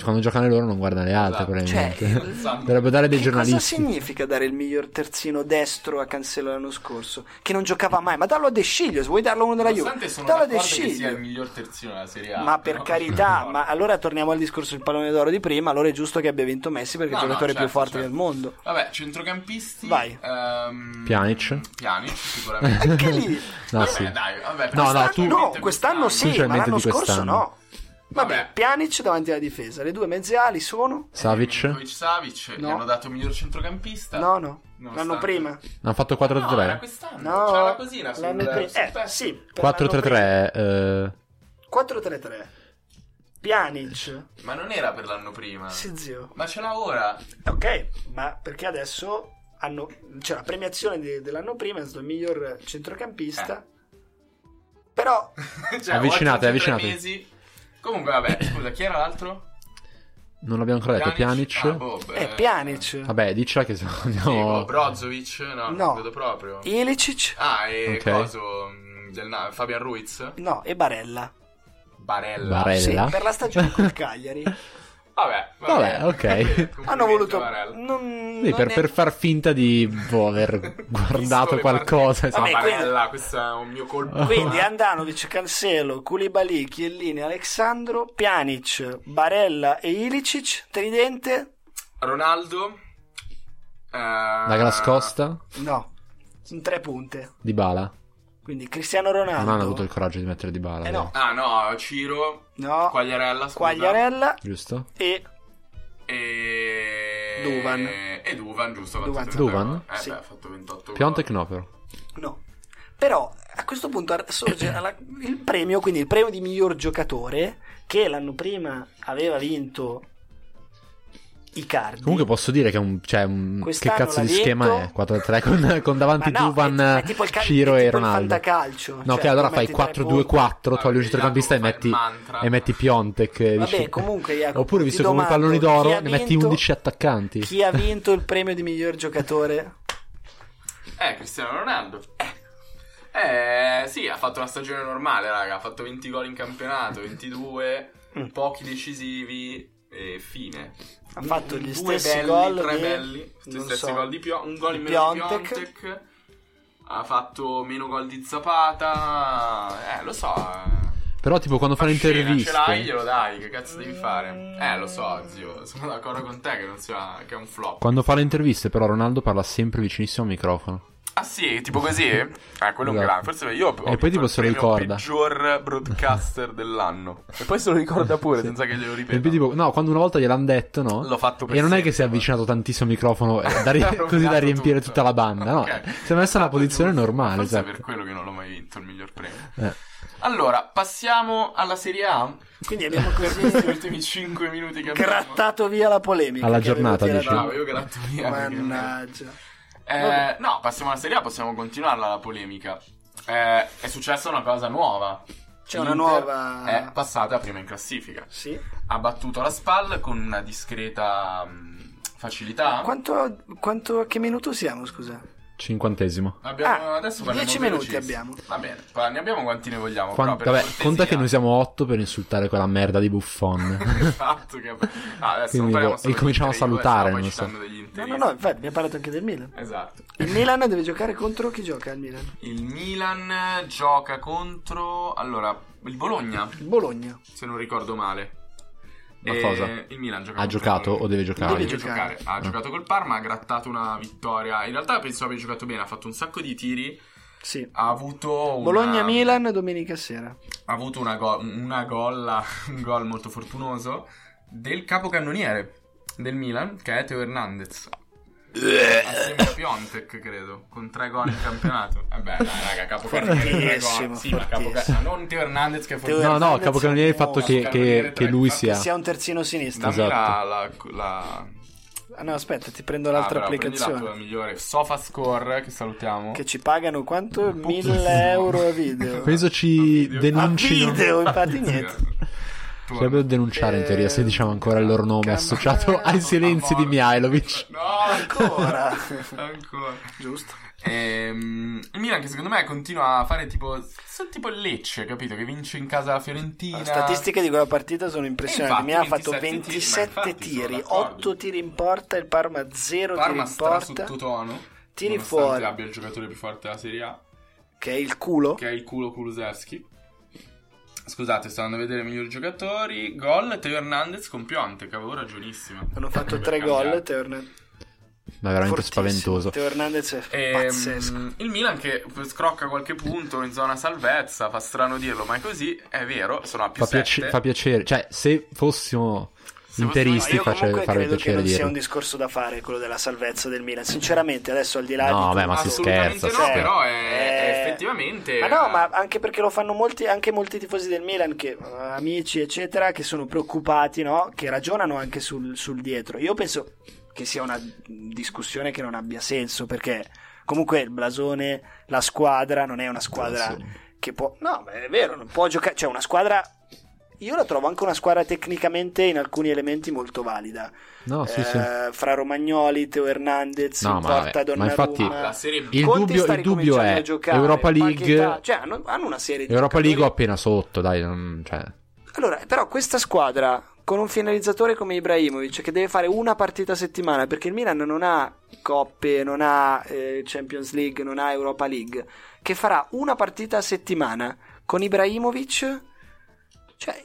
quando giocano loro non guardano le altre,
Esatto.
Cioè,
probabilmente.
il-
Dovrebbero dare dei
che cosa
giornalisti.
significa dare il miglior terzino destro a Cancelo l'anno scorso? Che non giocava mai, ma darlo a De Sciglio. Se vuoi darlo a uno della Juve,
Nonostante sono
darlo a De
d'accordo che sia il
Sciglio.
miglior terzino della Serie A.
Ma per
però-
carità, ma allora torniamo al discorso del pallone d'oro di prima. Allora è giusto che abbia vinto Messi perché è
No,
il
no,
giocatore più
certo,
forte
certo.
del mondo.
Vabbè, centrocampisti.
Vai.
ehm,
Pjanic.
Pjanic, sicuramente.
Anche lì. Ah,
No,
Vabbè,
sì.
dai, vabbè,
No, no,
quest'anno-
tu-
No, quest'anno sì, ma
Sinceramente
l'anno
di
scorso
quest'anno.
no. Vabbè,
Vabbè.
Pjanic davanti alla difesa, le due mezze ali sono
Savic.
Milinkovic, Savic,
No.
gli hanno dato miglior centrocampista.
No, no,
Nonostante-
l'anno prima.
Hanno fatto
No, era
4-3-3.
quest'anno.
No,
C'era la cosina sul,
l'anno
sul
prima. Eh,
pezzo.
sì, per l'anno
4-3-3. eh,
prima. 4-3-3. Pjanic.
Ah.
Ma non era per l'anno prima.
Sì, zio.
Ma ce l'ha ora.
Ok, ma perché adesso hanno, cioè, la premiazione de- dell'anno prima è stato il miglior centrocampista.
Eh.
Però
cioè,
Avvicinate,
oltre
avvicinate.
tre mesi. Comunque, vabbè, scusa, chi era l'altro?
Non l'abbiamo ancora detto, Pjanic.
Ah, boh, beh.
è eh, Pjanic,
Eh. Vabbè, dicela che se no
Diego,
andiamo...
Brozovic? No,
No.
non credo proprio.
Ilicic,
Ah, e
Ok.
coso mm, del Na- Fabian Ruiz?
no, e Barella.
Barella.
Barella.
Sì, per la stagione col Cagliari.
Vabbè,
Vabbè, ok.
Complimenti
Hanno voluto
a Barella.
non,
Sì,
non
per,
è-
per far finta di boh, aver guardato
le
qualcosa.
partite.
esatto.
Ah,
Vabbè, quindi-
Barella, questo è un mio colpo.
Quindi Andanovic, Cancelo, Koulibaly, Chiellini, Alexandro, Pjanic, Barella e Ilicic, Tridente?
Ronaldo. La
Douglas Costa
No, sono tre punte.
di Bala.
Quindi Cristiano Ronaldo.
Non hanno avuto il coraggio di mettere di Bala.
Ah, Eh no.
Ah no, Ciro.
No,
Quagliarella, scusa.
Quagliarella
Giusto?
e
E...
Duvan.
E Duvan, giusto? ha fatto
Duvan.
30.
Duvan?
Eh,
Sì.
beh, ha fatto 28
Piontek no però.
no. Però a questo punto ar- sorge alla- il premio, quindi il premio di miglior giocatore che l'anno prima aveva vinto Icardi.
Comunque posso dire che è un, cioè, un- che
Quest'anno
cazzo
l'ha
di schema
detto.
è 4-3 con, con davanti
Ma no,
Duvan,
è- è tipo il cal-
Ciro
è
e
tipo il
Ronaldo.
fantacalcio,
no,
cioè,
che allora
tu
fai
metti tre
4-2-4,
punti.
togli un centrocampista e
Fai il
metti,
mantra.
e metti Piontek. eh, e
Vabbè,
dici-
comunque, Jacopo,
Oppure
ti
visto come i
domando,
palloni
chi ha
d'oro, ne metti
vinto?
11 attaccanti.
Chi ha vinto il premio di miglior giocatore?
Eh, Cristiano Ronaldo. Eh, sì, ha fatto una stagione normale, raga. Ha fatto 20 gol in campionato, 22,
Mm.
pochi decisivi e fine.
Ha fatto gli
Mm, Due
stessi
belli,
gol.
tre
di-
belli, gli
non
stessi
so,
gol di Pio, un gol in
di
meno
Piontek.
di Piontek. Ha fatto meno gol di Zapata. Eh, lo so. eh.
Però tipo quando fanno
Scena,
interviste...
Ce l'hai, glielo dai, che cazzo devi fare?
Mm.
Eh, lo so, zio, sono d'accordo con te che non sia che è un flop.
Quando fa le interviste, però, Ronaldo parla sempre vicinissimo al microfono.
Ah sì, tipo così? Eh, quello è
Esatto.
un grande. Forse io ho
poi
vinto
tipo
il
se lo
premio
ricorda.
peggior broadcaster dell'anno. E poi se lo ricorda pure, senza che glielo
E
ripeta.
poi tipo, no, quando una volta gliel'hanno detto, no?
L'ho fatto per
E non è che
sempre,
si è
ma-
avvicinato tantissimo al microfono eh, da ri-
Ha
così da
rovinato
riempire
tutto.
tutta la banda, no?
Ok.
Si è messa in una
Fatto
posizione
giusto.
normale,
Forse è
esatto.
per quello che non l'ho mai vinto il miglior premio.
Eh.
Allora, passiamo alla Serie A.
Quindi abbiamo
Questi
così
ultimi 5 minuti che abbiamo.
grattato via la polemica.
Alla
che avevo
giornata,
tirato
dici?
Bravo,
giù.
io gratto via.
Mannaggia.
Eh, no, passiamo alla Serie A, possiamo continuarla la polemica. Eh, è successa una cosa nuova.
C'è una
L'Inter
nuova-
È passata prima in classifica.
Sì.
ha battuto la SPAL con una discreta mh,
Ah,
facilità.
Quanto, quanto- a che minuto siamo, scusa?
Cinquantesimo.
Abbiamo,
Ah,
adesso parliamo
10 minuti
velocissimo.
abbiamo.
Va bene, pa- ne abbiamo quanti ne vogliamo.
Quan-
però per
vabbè,
cortesia-
conta che noi siamo otto per insultare quella merda di Buffon.
Esatto, che... Ah, adesso
Quindi,
non parliamo
boh,
solo
e cominciamo
di
a
Inter,
salutare,
Juve, sennò
non
poi ci
so.
danno degli
No,
interisti.
no, no, infatti abbiamo parlato anche del Milan.
Esatto.
Il Milan deve giocare contro chi gioca al Milan?
Il Milan gioca contro... Allora, il Bologna,
Il Bologna.
se non ricordo male.
Ma
Eh,
cosa?
Il Milan gioca
Ha
contro il
giocato
Bologna.
o deve giocare?
Deve
Deve giocare. Ha
Ah.
giocato col Parma, ha grattato una vittoria. In realtà penso abbia giocato bene, ha fatto un sacco di tiri.
Sì.
ha avuto una,
Bologna-Milan domenica sera.
ha avuto una, go- una golla, un gol molto fortunoso del capocannoniere del Milan, che è Teo Hernandez. Assieme a Piontek, credo, con tre gol in campionato. Vabbè, dai, raga, capocannoniere tre
Fortissimo,
gol. Sì, ma
fortissimo.
capoca- ma non Teo Hernandez che è
Teo
fortunoso.
No, no,
Hernandez
capocannoniere il
è
fatto
nuovo.
che, che- che lui
Capocannoniere
sia.
Ah.
Sia un terzino sinistro.
Dammi la,
esatto.
la- la-
Ah, no, aspetta, ti prendo l'altra
ah, bravo, prendi
applicazione.
La tua migliore. Sofascore, che salutiamo.
Che ci pagano quanto?
Pochissimo.
1000 euro a video.
Penso ci
Video.
a
denuncino.
video, infatti niente.
Torna.
Ci dovrebbero denunciare in teoria se
Eh,
diciamo ancora il loro nome
cambia-
associato ai silenzi di Mihailovic.
No, ancora.
Ancora.
ancora.
Giusto.
Ehm, il Milan che secondo me continua a fare tipo... Sono tipo il Lecce, capito? Che vince in casa la Fiorentina.
Le statistiche di quella partita sono impressionanti.
Infatti,
Mi ha fatto
27
27
tiri, ma infatti sono
tiri,
d'accordo.
8 tiri in porta, il Parma 0
Parma
tiri in
sta
porta,
sottotono.
Tiri
nonostante
fuori.
abbia il giocatore più forte della Serie A.
che è il culo.
Che è il culo Kulusevski. Scusate, sto andando a vedere i migliori giocatori. Gol Teo Hernandez con Pionte, che avevo ragionissima.
Hanno fatto
Per
3
cambiare.
gol. Teo Hernandez.
Ma è veramente
Fortissimo.
spaventoso.
Teo Hernandez è
Ehm,
pazzesco.
il Milan che scrocca qualche punto in zona salvezza, fa strano dirlo, ma è così, è vero, sono a più
Fa,
sette.
piace- fa piacere. Cioè, se fossimo
Se
interisti
io
face-
comunque
farebbe
credo che
piacere
non sia
dirlo.
un discorso da fare quello della salvezza del Milan. Sinceramente, adesso al di là
No,
di
beh, ma si
tutto-
scherza,
Assolutamente
si
no,
scherza.
però è, è
Eh,
effettivamente...
Ma no, ma anche perché lo fanno molti, anche molti tifosi del Milan, che, eh, amici eccetera, che sono preoccupati, no? che ragionano anche sul, sul dietro. Io penso che sia una discussione che non abbia senso, perché comunque il blasone, la squadra, non è una squadra che può... No, ma è vero, non può giocare... Cioè una squadra... Io la trovo anche una squadra tecnicamente in alcuni elementi molto valida.
No, sì, sì.
Eh, Fra Romagnoli, Teo Hernandez,
No,
in
ma
porta
vabbè, ma
Donnarumma.
infatti-
La Serie B
Il
Conte
dubbio,
sta
il dubbio
ricominciando
è
a giocare,
Europa
qualche età-
League.
cioè, hanno, hanno una serie di
Europa League o
giocatori-
appena sotto, dai. non- cioè,
Allora, però questa squadra con un finalizzatore come Ibrahimovic che deve fare una partita a settimana perché il Milan non ha coppe, non ha eh, Champions League, non ha Europa League, che farà una partita a settimana con Ibrahimovic cioè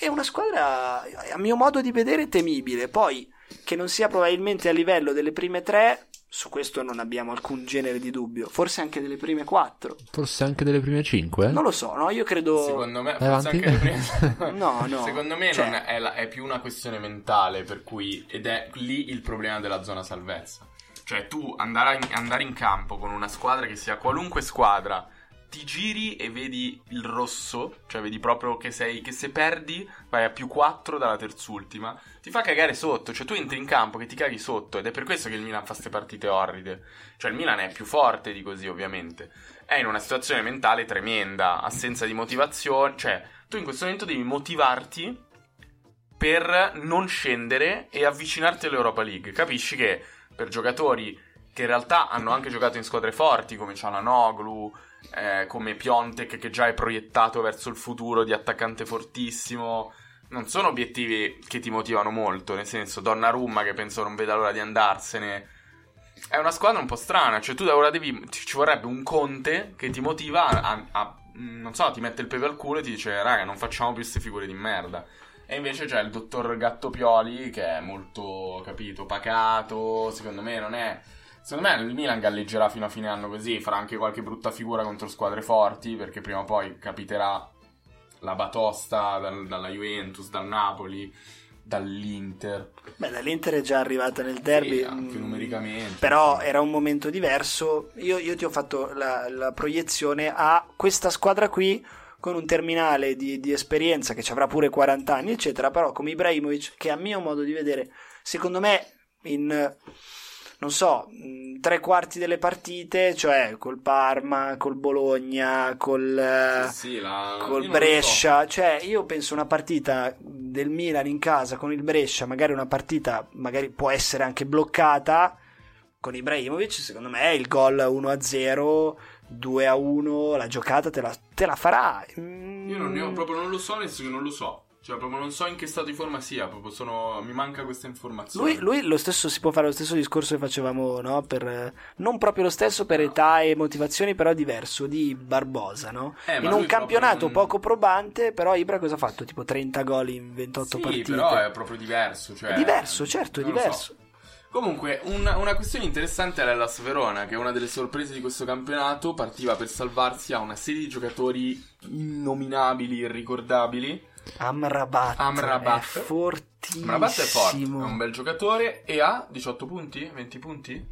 è una squadra a mio modo di vedere temibile, poi che non sia probabilmente a livello delle prime tre, su questo non abbiamo alcun genere di dubbio, forse anche delle prime quattro.
forse anche delle prime 5.
Non lo so, no? Io credo.
Secondo me,
Vai
forse
avanti.
anche le prime-
No, no.
Secondo me
Cioè-
non è, la- è più una questione mentale, per cui ed è lì il problema della zona salvezza. Cioè, tu andare in, andare in campo con una squadra che sia qualunque squadra, ti giri e vedi il rosso, cioè vedi proprio che sei che se perdi vai a più 4 dalla terzultima, ti fa cagare sotto, cioè tu entri in campo che ti caghi sotto ed è per questo che il Milan fa queste partite orride. Cioè il Milan è più forte di così, ovviamente è in una situazione mentale tremenda, assenza di motivazione. Cioè, tu in questo momento devi motivarti per non scendere e avvicinarti all'Europa League. Capisci che per giocatori che in realtà hanno anche giocato in squadre forti, come Cialanoglu, eh, come Piontek, che già è proiettato verso il futuro di attaccante fortissimo. Non sono obiettivi che ti motivano molto, nel senso, Donnarumma che penso non veda l'ora di andarsene, è una squadra un po' strana, cioè tu da ora devi. Ci ci vorrebbe un conte che ti motiva a, a- a- mm, Non so, ti mette il pepe al culo e ti dice, raga, non facciamo più queste figure di merda. E invece c'è il dottor Gattopioli che è molto, capito, pacato. Secondo me non è. Secondo me il Milan galleggerà fino a fine anno così, farà anche qualche brutta figura contro squadre forti, perché prima o poi capiterà la batosta dal- dalla Juventus, dal Napoli, dall'Inter.
Beh, dall'Inter è già arrivata nel derby.
Sì, anche
mm,
numericamente.
Però era un momento diverso. Io, io ti ho fatto la, la proiezione a questa squadra qui con un terminale di, di esperienza che ci avrà pure 40 anni, eccetera. Però come Ibrahimovic, che a mio modo di vedere, secondo me, in eh, non so, mh, tre quarti delle partite, cioè col Parma, col Bologna, col. eh,
Sì, sì, la- Ah, io non
col
lo so.
Brescia, cioè io penso una partita del Milan in casa con il Brescia, magari una partita magari può essere anche bloccata con Ibrahimovic, secondo me il gol 1-0, 2-1, la giocata te la, te la farà. Mm.
Io non ne ho, proprio non lo so, nel senso che non lo so. Cioè, proprio non so in che stato di forma sia. Proprio sono. Mi manca questa informazione.
Lui, lui lo stesso, si può fare lo stesso discorso che facevamo, no? Per, eh, non proprio lo stesso per età e motivazioni, però diverso di Barbosa, no?
Eh, ma
in
lui
un
proprio
campionato
non-
poco probante, però Ibra cosa ha fatto? Tipo 30 gol in 28
sì,
partite.
però è proprio diverso. Cioè,
È diverso, certo, è
non lo so.
diverso.
Comunque, una, una questione interessante era l'As Verona, che è una delle sorprese di questo campionato. Partiva per salvarsi a una serie di giocatori innominabili, irricordabili.
Amrabat,
Amrabat.
è fortissimo.
Amrabat è forte, è un bel giocatore e ha 18 punti? 20 punti?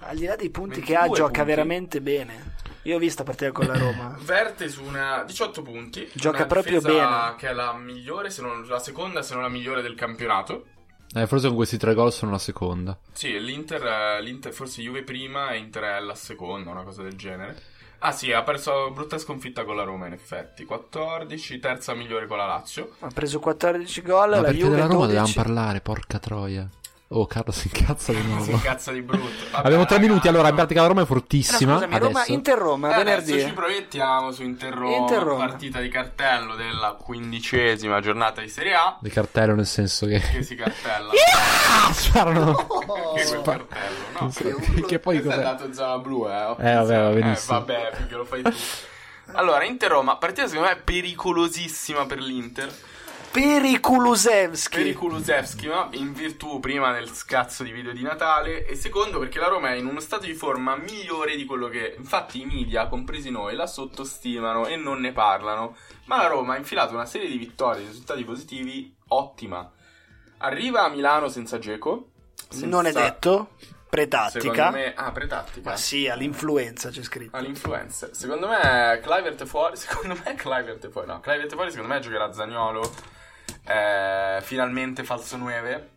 Al di là dei punti che ha,
22
gioca
punti.
veramente bene. Io ho visto partire con la Roma.
Verte su una 18 punti.
Gioca
una
proprio
difesa
bene.
Che è la migliore, se non la seconda, se non la migliore del campionato.
Eh, forse con questi tre gol sono la seconda.
Sì, l'Inter, eh, l'Inter forse Juve prima e Inter è la seconda, una cosa del genere. Ah sì, ha perso brutta sconfitta con la Roma in effetti. 14, terza migliore con la Lazio.
Ha preso 14 gol.
Ma
la
perché
Juve
della Roma
12.
dobbiamo parlare, porca troia. Oh, Carlo si incazza di
Si
nuovo.
incazza di brutto. Vabbè,
Abbiamo tre
raga,
minuti, allora, in
no.
pratica la Roma è
Eh, no,
fortissima.
scusami,
adesso.
Roma Inter-Roma,
Eh,
venerdì.
Adesso ci proiettiamo su Inter-Roma,
Inter-Roma.
partita di cartello della quindicesima giornata di Serie A.
Di cartello nel senso che...
Che si cartella.
Ah, sparano!
che quel
Spa-
cartello, no?
Non so, che, che poi
Questo
cos'è?
è dato zona blu, eh. ho
Eh, vabbè, va
pensato.
benissimo.
Eh, vabbè, finché lo fai tu. Allora, Inter-Roma, partita secondo me pericolosissima per l'Inter.
Perikulosevski.
Per i Kulusevski, ma in virtù prima del scazzo di video di Natale e secondo perché la Roma è in uno stato di forma migliore di quello che infatti i media, compresi noi, la sottostimano e non ne parlano. Ma la Roma ha infilato una serie di vittorie, di risultati positivi ottima. Arriva a Milano senza Geco. senza-
Non è detto,
Secondo
pretattica.
me... Ah, pretattica.
Ma sì, all'influenza c'è scritto.
All'influencer. Secondo me Clivert è fuori. Secondo me Clivert è fuori. No, Clivert è fuori. Secondo me giocherà Zagnolo. Eh, finalmente falso 9.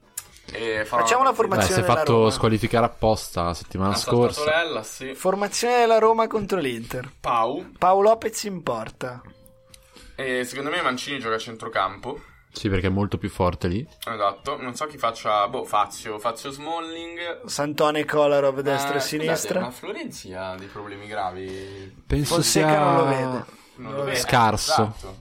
E farà
Facciamo la
partita.
Beh, si
formazione
è
della
fatto
Roma.
squalificare apposta la settimana
Ha saltato
scorsa.
Lella, sì.
Formazione della Roma contro l'Inter.
Pau.
Paolo Lopez in porta.
E secondo me Mancini gioca a centrocampo.
Sì, perché è molto più forte lì.
Esatto. Non so chi faccia. Boh, Fazio. Fazio Smalling.
Santone e Kolarov destra
Eh,
e
scusate, ma
sinistra.
Florenzi ha dei problemi gravi.
Penso
Fonseca
sia...
non lo vede.
Non
Non
lo
lo
vede.
Scarso.
Esatto.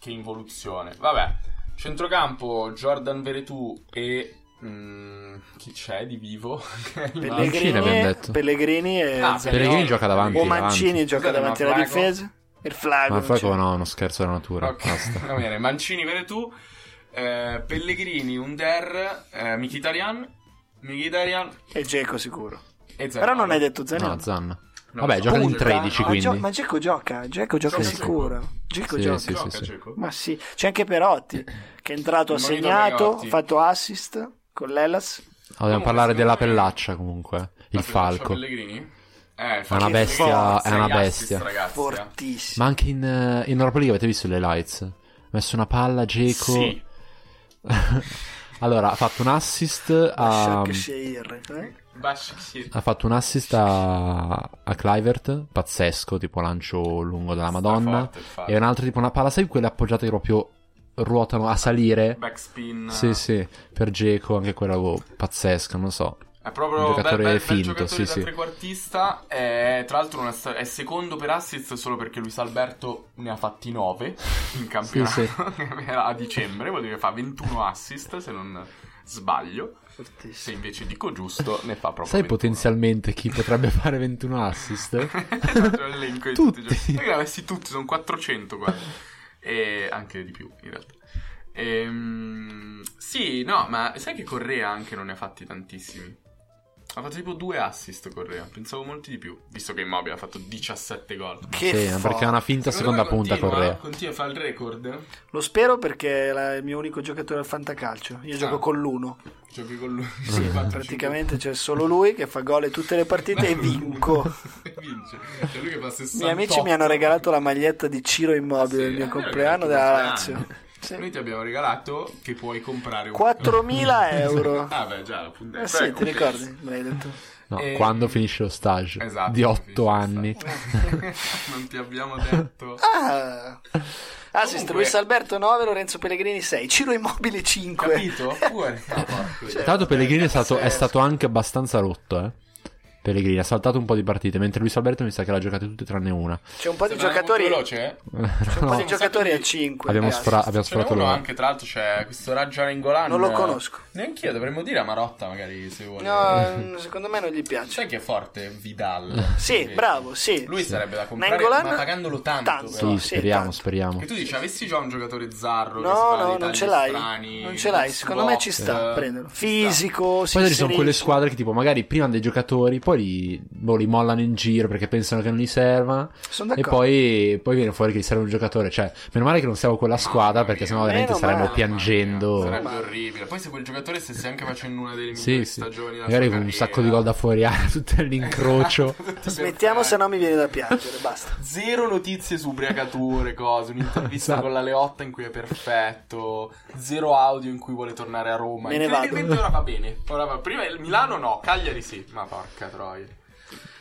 Che involuzione. Vabbè. Centrocampo Jordan Veretù e mm, chi c'è di vivo? Eh,
Mancini abbiamo detto.
Pellegrini e
Ah,
Zaniolo.
Pellegrini gioca davanti.
o
davanti.
Mancini gioca
Scusate,
davanti
ma
alla
Flaco?
difesa. Il flago.
Ma
non
poi
c'è.
come no, uno scherzo della natura.
Ok, va bene, Mancini, Veretù, eh, Pellegrini, Under, eh, Mkhitaryan, Mkhitaryan
E Geco sicuro.
e Zaniolo.
Però non hai detto
Basta.
Zaniolo.
No, Zanna.
Non
Vabbè,
so.
gioca in
Punta.
13
Ah,
ma,
quindi.
Gio- ma Geco gioca. Geco gioca
Sì, sì.
sicuro. Geco
Sì,
gioca.
sì,
Gioca,
sì, sì.
Dzeko.
Ma sì, c'è anche Perotti che è entrato, ha
Il monito
segnato,
Perotti.
ha fatto assist con l'Elas.
Ah, dobbiamo
Comunque,
parlare della
secondo me-
pellaccia comunque.
La
Il
fiducia a
falco.
Pellegrini? Eh, il
È una
falco.
bestia. È
Sei
una
assist,
bestia.
ragazzi, eh.
Fortissimo.
Ma anche in, eh, in Europa League avete visto le lights? Ha messo una palla, Geco.
Sì.
allora, ha fatto un assist a.
Shaq Sheir, eh?
Bashir.
Ha fatto un assist a, a Clivert, pazzesco, tipo lancio lungo della Madonna.
Sta forte il falco.
E un altro tipo una palla, sai quelle appoggiate che proprio ruotano a salire?
Backspin.
Sì, sì, per Geco anche quella boh, pazzesca, non so.
È proprio
Un
un
giocatore
bel, bel
finto,
giocatore
sì,
da
sì.
trequartista. eh, tra l'altro non è, sta- è secondo per assist solo perché Luis Alberto ne ha fatti 9 in campionato.
Sì,
Era a dicembre, vuol dire che fa 21 assist se non sbaglio. Se
Fortissimo.
invece dico giusto, ne fa proprio
Sai
21.
potenzialmente chi potrebbe fare 21 assist?
Faccio l'elenco di tutti.
Tutti.
i giocatori. Perché avessi tutti, sono 400 qua. e anche di più, in realtà. Ehm, sì, no, ma sai che Correa anche non ne ha fatti tantissimi. Ha fatto tipo due assist Correa, pensavo molti di più, visto che Immobile ha fatto 17 gol.
Che
sì, ma
forte.
perché è una finta seconda
Secondo me
punta
continua, eh,
Correa.
Continua a fare il record.
Lo spero perché è la- il mio unico giocatore al fantacalcio. Io
Ah.
gioco con l'uno.
Giochi con lui.
Sì, praticamente c'è solo lui che fa gol in tutte le partite e vinco.
E vince. C'è lui che fa 68.
I miei amici mi hanno regalato la maglietta di Ciro Immobile
Ah,
il mio
Sì, è vero che
compleanno
è
della
tuo
Lazio.
compleanno. Noi
Sì.
ti abbiamo regalato che puoi comprare un
4.000 euro.
Ah, beh, già, appunto.
Eh sì, ti ricordi? Me l'hai detto.
No,
Eh,
quando finisce lo stage
esatto,
di
quando
8 anni.
finisce non ti abbiamo detto.
Ah, assist
Comunque-
Luis Alberto 9, Lorenzo Pellegrini 6, Ciro Immobile 5.
Capito? Fuori. Ah,
Cioè,
porco.
Tra l'altro Pellegrini è stato, è stato anche abbastanza rotto, eh. Pellegrini ha saltato un po' di partite, mentre Luis Alberto mi sa che l'ha giocate tutte tranne una.
C'è un po' di
Sembra
giocatori,
molto veloce, eh?
c'è un po' di
No.
giocatori a eh, 5.
Abbiamo, sfra- abbiamo
Ce
sfratto
n'è Cioè, uno
loro.
anche, tra l'altro, c'è questo Raggia Ringolan.
Non lo conosco.
Neanch'io, dovremmo dire a Marotta, magari, se vuole. Eh.
No, eh. secondo me non gli piace.
Sai che è forte? Vidal.
Sì, bravo, sì.
Lui sarebbe da comprare,
Nangolan-
ma pagandolo tanto,
tanto.
però.
Sì,
Sì,
speriamo,
tanto.
speriamo.
Che tu dici, avessi già un giocatore zarro che
No,
fa
no,
dei
non
tagli
ce l'hai.
strani,
non ce l'hai.
box
Secondo me
box,
ci sta.
eh,
Prendelo.
ci sta.
Fisico.
Poi ci sono quelle
squadre
squadre che tipo magari prima hanno dei giocatori, poi li, boh, li mollano in giro perché pensano che non gli serva
Sono
e
d'accordo.
poi, poi viene fuori che gli serve un giocatore. Cioè, meno male che non siamo quella squadra perché sennò
Meno
veramente
male.
staremmo
Ah, Mamma
piangendo.
Sarebbe orribile. Poi se quel giocatore stesse anche facendo una delle migliori
Sì, sì.
stagioni della
Magari
sua
con un
carriera.
sacco di gol da fuori aria, tutto all'incrocio.
Tutti
Smettiamo,
per
se
fare.
no mi viene da piangere. Basta.
Zero notizie su ubriacature, cose. Un'intervista
Esatto.
con la Leotta in cui è perfetto. Zero audio in cui vuole tornare a Roma.
Me ne
Incredibilmente
vado.
ora va bene. Ora va- Prima il Milano no, Cagliari sì. Ma porca troia.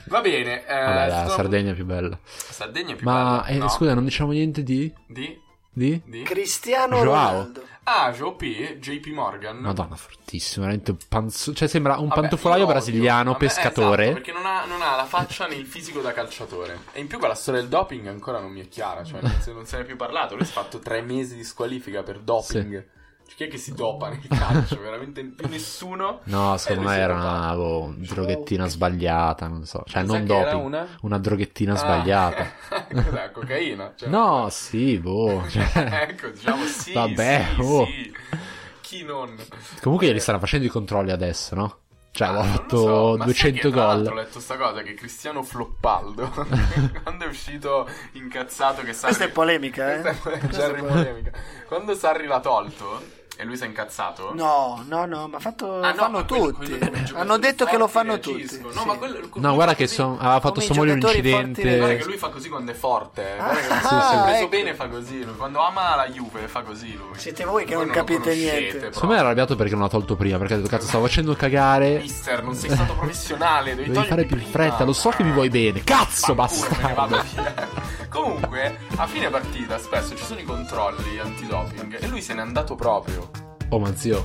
Va bene. eh,
Vabbè, la
sto-
Sardegna è più bella.
Sardegna è più
Ma
bella,
eh,
no?
scusa, non diciamo niente di.
Di?
di?
Di?
Cristiano
Joao.
Ronaldo.
Ah, J.P. JP Morgan.
Madonna, fortissimo, veramente un panzo- cioè sembra un
Vabbè,
pantofolaio
io odio.
brasiliano
Vabbè,
pescatore.
esatto, perché non ha, non ha la faccia nel fisico da calciatore. E in più quella storia del doping ancora non mi è chiara. Cioè, non se non se ne è più parlato. Lui si è fatto tre mesi di squalifica per doping. Cioè, chi è che si dopa nel calcio? Veramente più nessuno.
No, secondo
Eh, lui
me
si
era
dopa.
una boh, droghettina sbagliata, non so. Cioè,
Cos'è
non
che era
doping,
una?
una... droghettina sbagliata.
Ah, Cos'è, cocaina? Cioè,
No, sì, boh. cioè.
ecco, diciamo sì.
Vabbè,
sì,
oh.
sì. Chi non?
Comunque glieli stanno facendo i controlli adesso, no? Cioè,
Ah,
ha
non lo
fatto
so, ma sai che
200
tra l'altro
gol.
Ho letto sta cosa che Cristiano Floppaldo, quando è uscito incazzato che Sarri...
Questa è polemica, eh?
Questa è
Questa è
Sarri polemica. Quando Sarri l'ha tolto, E lui si è incazzato?
No, no, no, ma fatto,
Ah, no,
fanno
ma quello-
tutti.
quello come giocatori
Hanno detto che lo
forti
fanno tutti.
reagiscono. No,
sì.
ma quello-
No, guarda che
quello-
son- aveva fatto
Come i
sto moglie un
giocatori forti
Guarda che
incidente.
lui fa così quando è forte. eh.
Ah,
Guarda che
sì,
se è
sì.
preso
ecco.
bene fa così. lui. Quando ama la Juve fa così lui.
Siete voi che
Voi
non
lo
capite
conoscete
niente.
proprio.
Secondo me era arrabbiato perché non l'ha tolto prima. Perché ha detto, cazzo, stavo facendo cagare.
Mister, non sei stato professionale. Devi,
Devi fare
togliermi
più in
prima.
fretta. Lo so che mi vuoi bene. Cazzo,
Fanculo, me ne vado
bastardo.
via. Comunque, a fine partita spesso ci sono i controlli antidoping e lui se n'è andato proprio.
Oh, ma zio.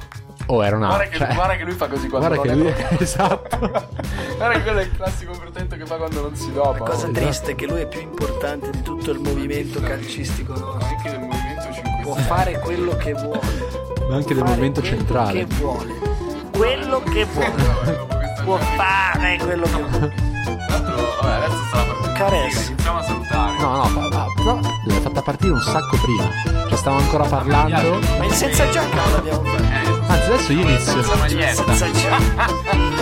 Oh, era una.
guarda, che,
cioè,
guarda che lui fa così quando
guarda che
non
lui.
è proprio.
Esatto.
guarda che quello è il classico protetto che fa quando non si dopa.
La cosa
Esatto.
triste è che lui è più importante di tutto il movimento calcistico nostro.
Anche del movimento 5
Può
Stelle.
fare quello che vuole.
Ma anche del
Fare
movimento
quello
centrale.
Che vuole. Quello che vuole.
Vabbè, dopo questo
Può
genere-
fare quello che vuole.
Tra l'altro, vabbè, adesso sta la partita.
Caressa.
Iniziamo a salutare.
No, no, fa- fa- però l'hai fatta partire un sacco prima. Cioè, stavo ancora parlando.
Ma il senza giacca l'abbiamo fatto.
Anzi, adesso io inizio.
Eh, Senza maglietta.
Senza giacca.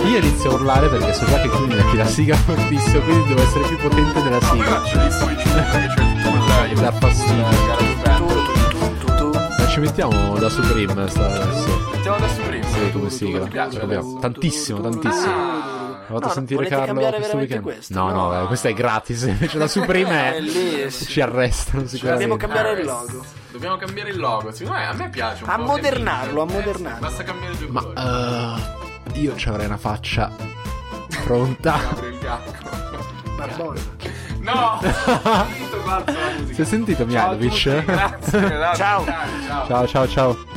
Io inizio a urlare perché so già che tu mi metti la siga fortissimo, quindi devo essere più potente della
Ma poi
siga.
faccio lì sui giù, perché c'è il tunnel, io-
Dà fastidio.
Eh, cara Juventus.
Tu, tu, tu, tu, tu.
Ma ci mettiamo da Supreme sta adesso.
Mettiamo adesso prima.
Sì, come sigla.
Mi piace,
Vabbè,
adesso.
tantissimo, tantissimo.
Ah.
Ho fatto
No,
sentire
volete
Carlo
cambiare
questo
veramente
weekend.
questo?
no, no,
No.
eh, questa è gratis. Invece la Supreme è.
Bellissimo.
Ci arrestano sicuramente.
Cioè, Dobbiamo cambiare il
Ah,
logo.
Dobbiamo cambiare il logo, secondo me a me piace un po'.
Ammodernarlo,
Eh, sì,
ammodernarlo.
Basta cambiare due colori.
Ma eh, io ci avrei una faccia pronta.
Apri il gacco.
Barbone.
No! Ho visto, guarda, la musica.
Si è sentito
Ciao a tutti,
Mialovic?
Grazie. dai,
Ciao.
dai, Ciao.
Ciao, ciao, ciao.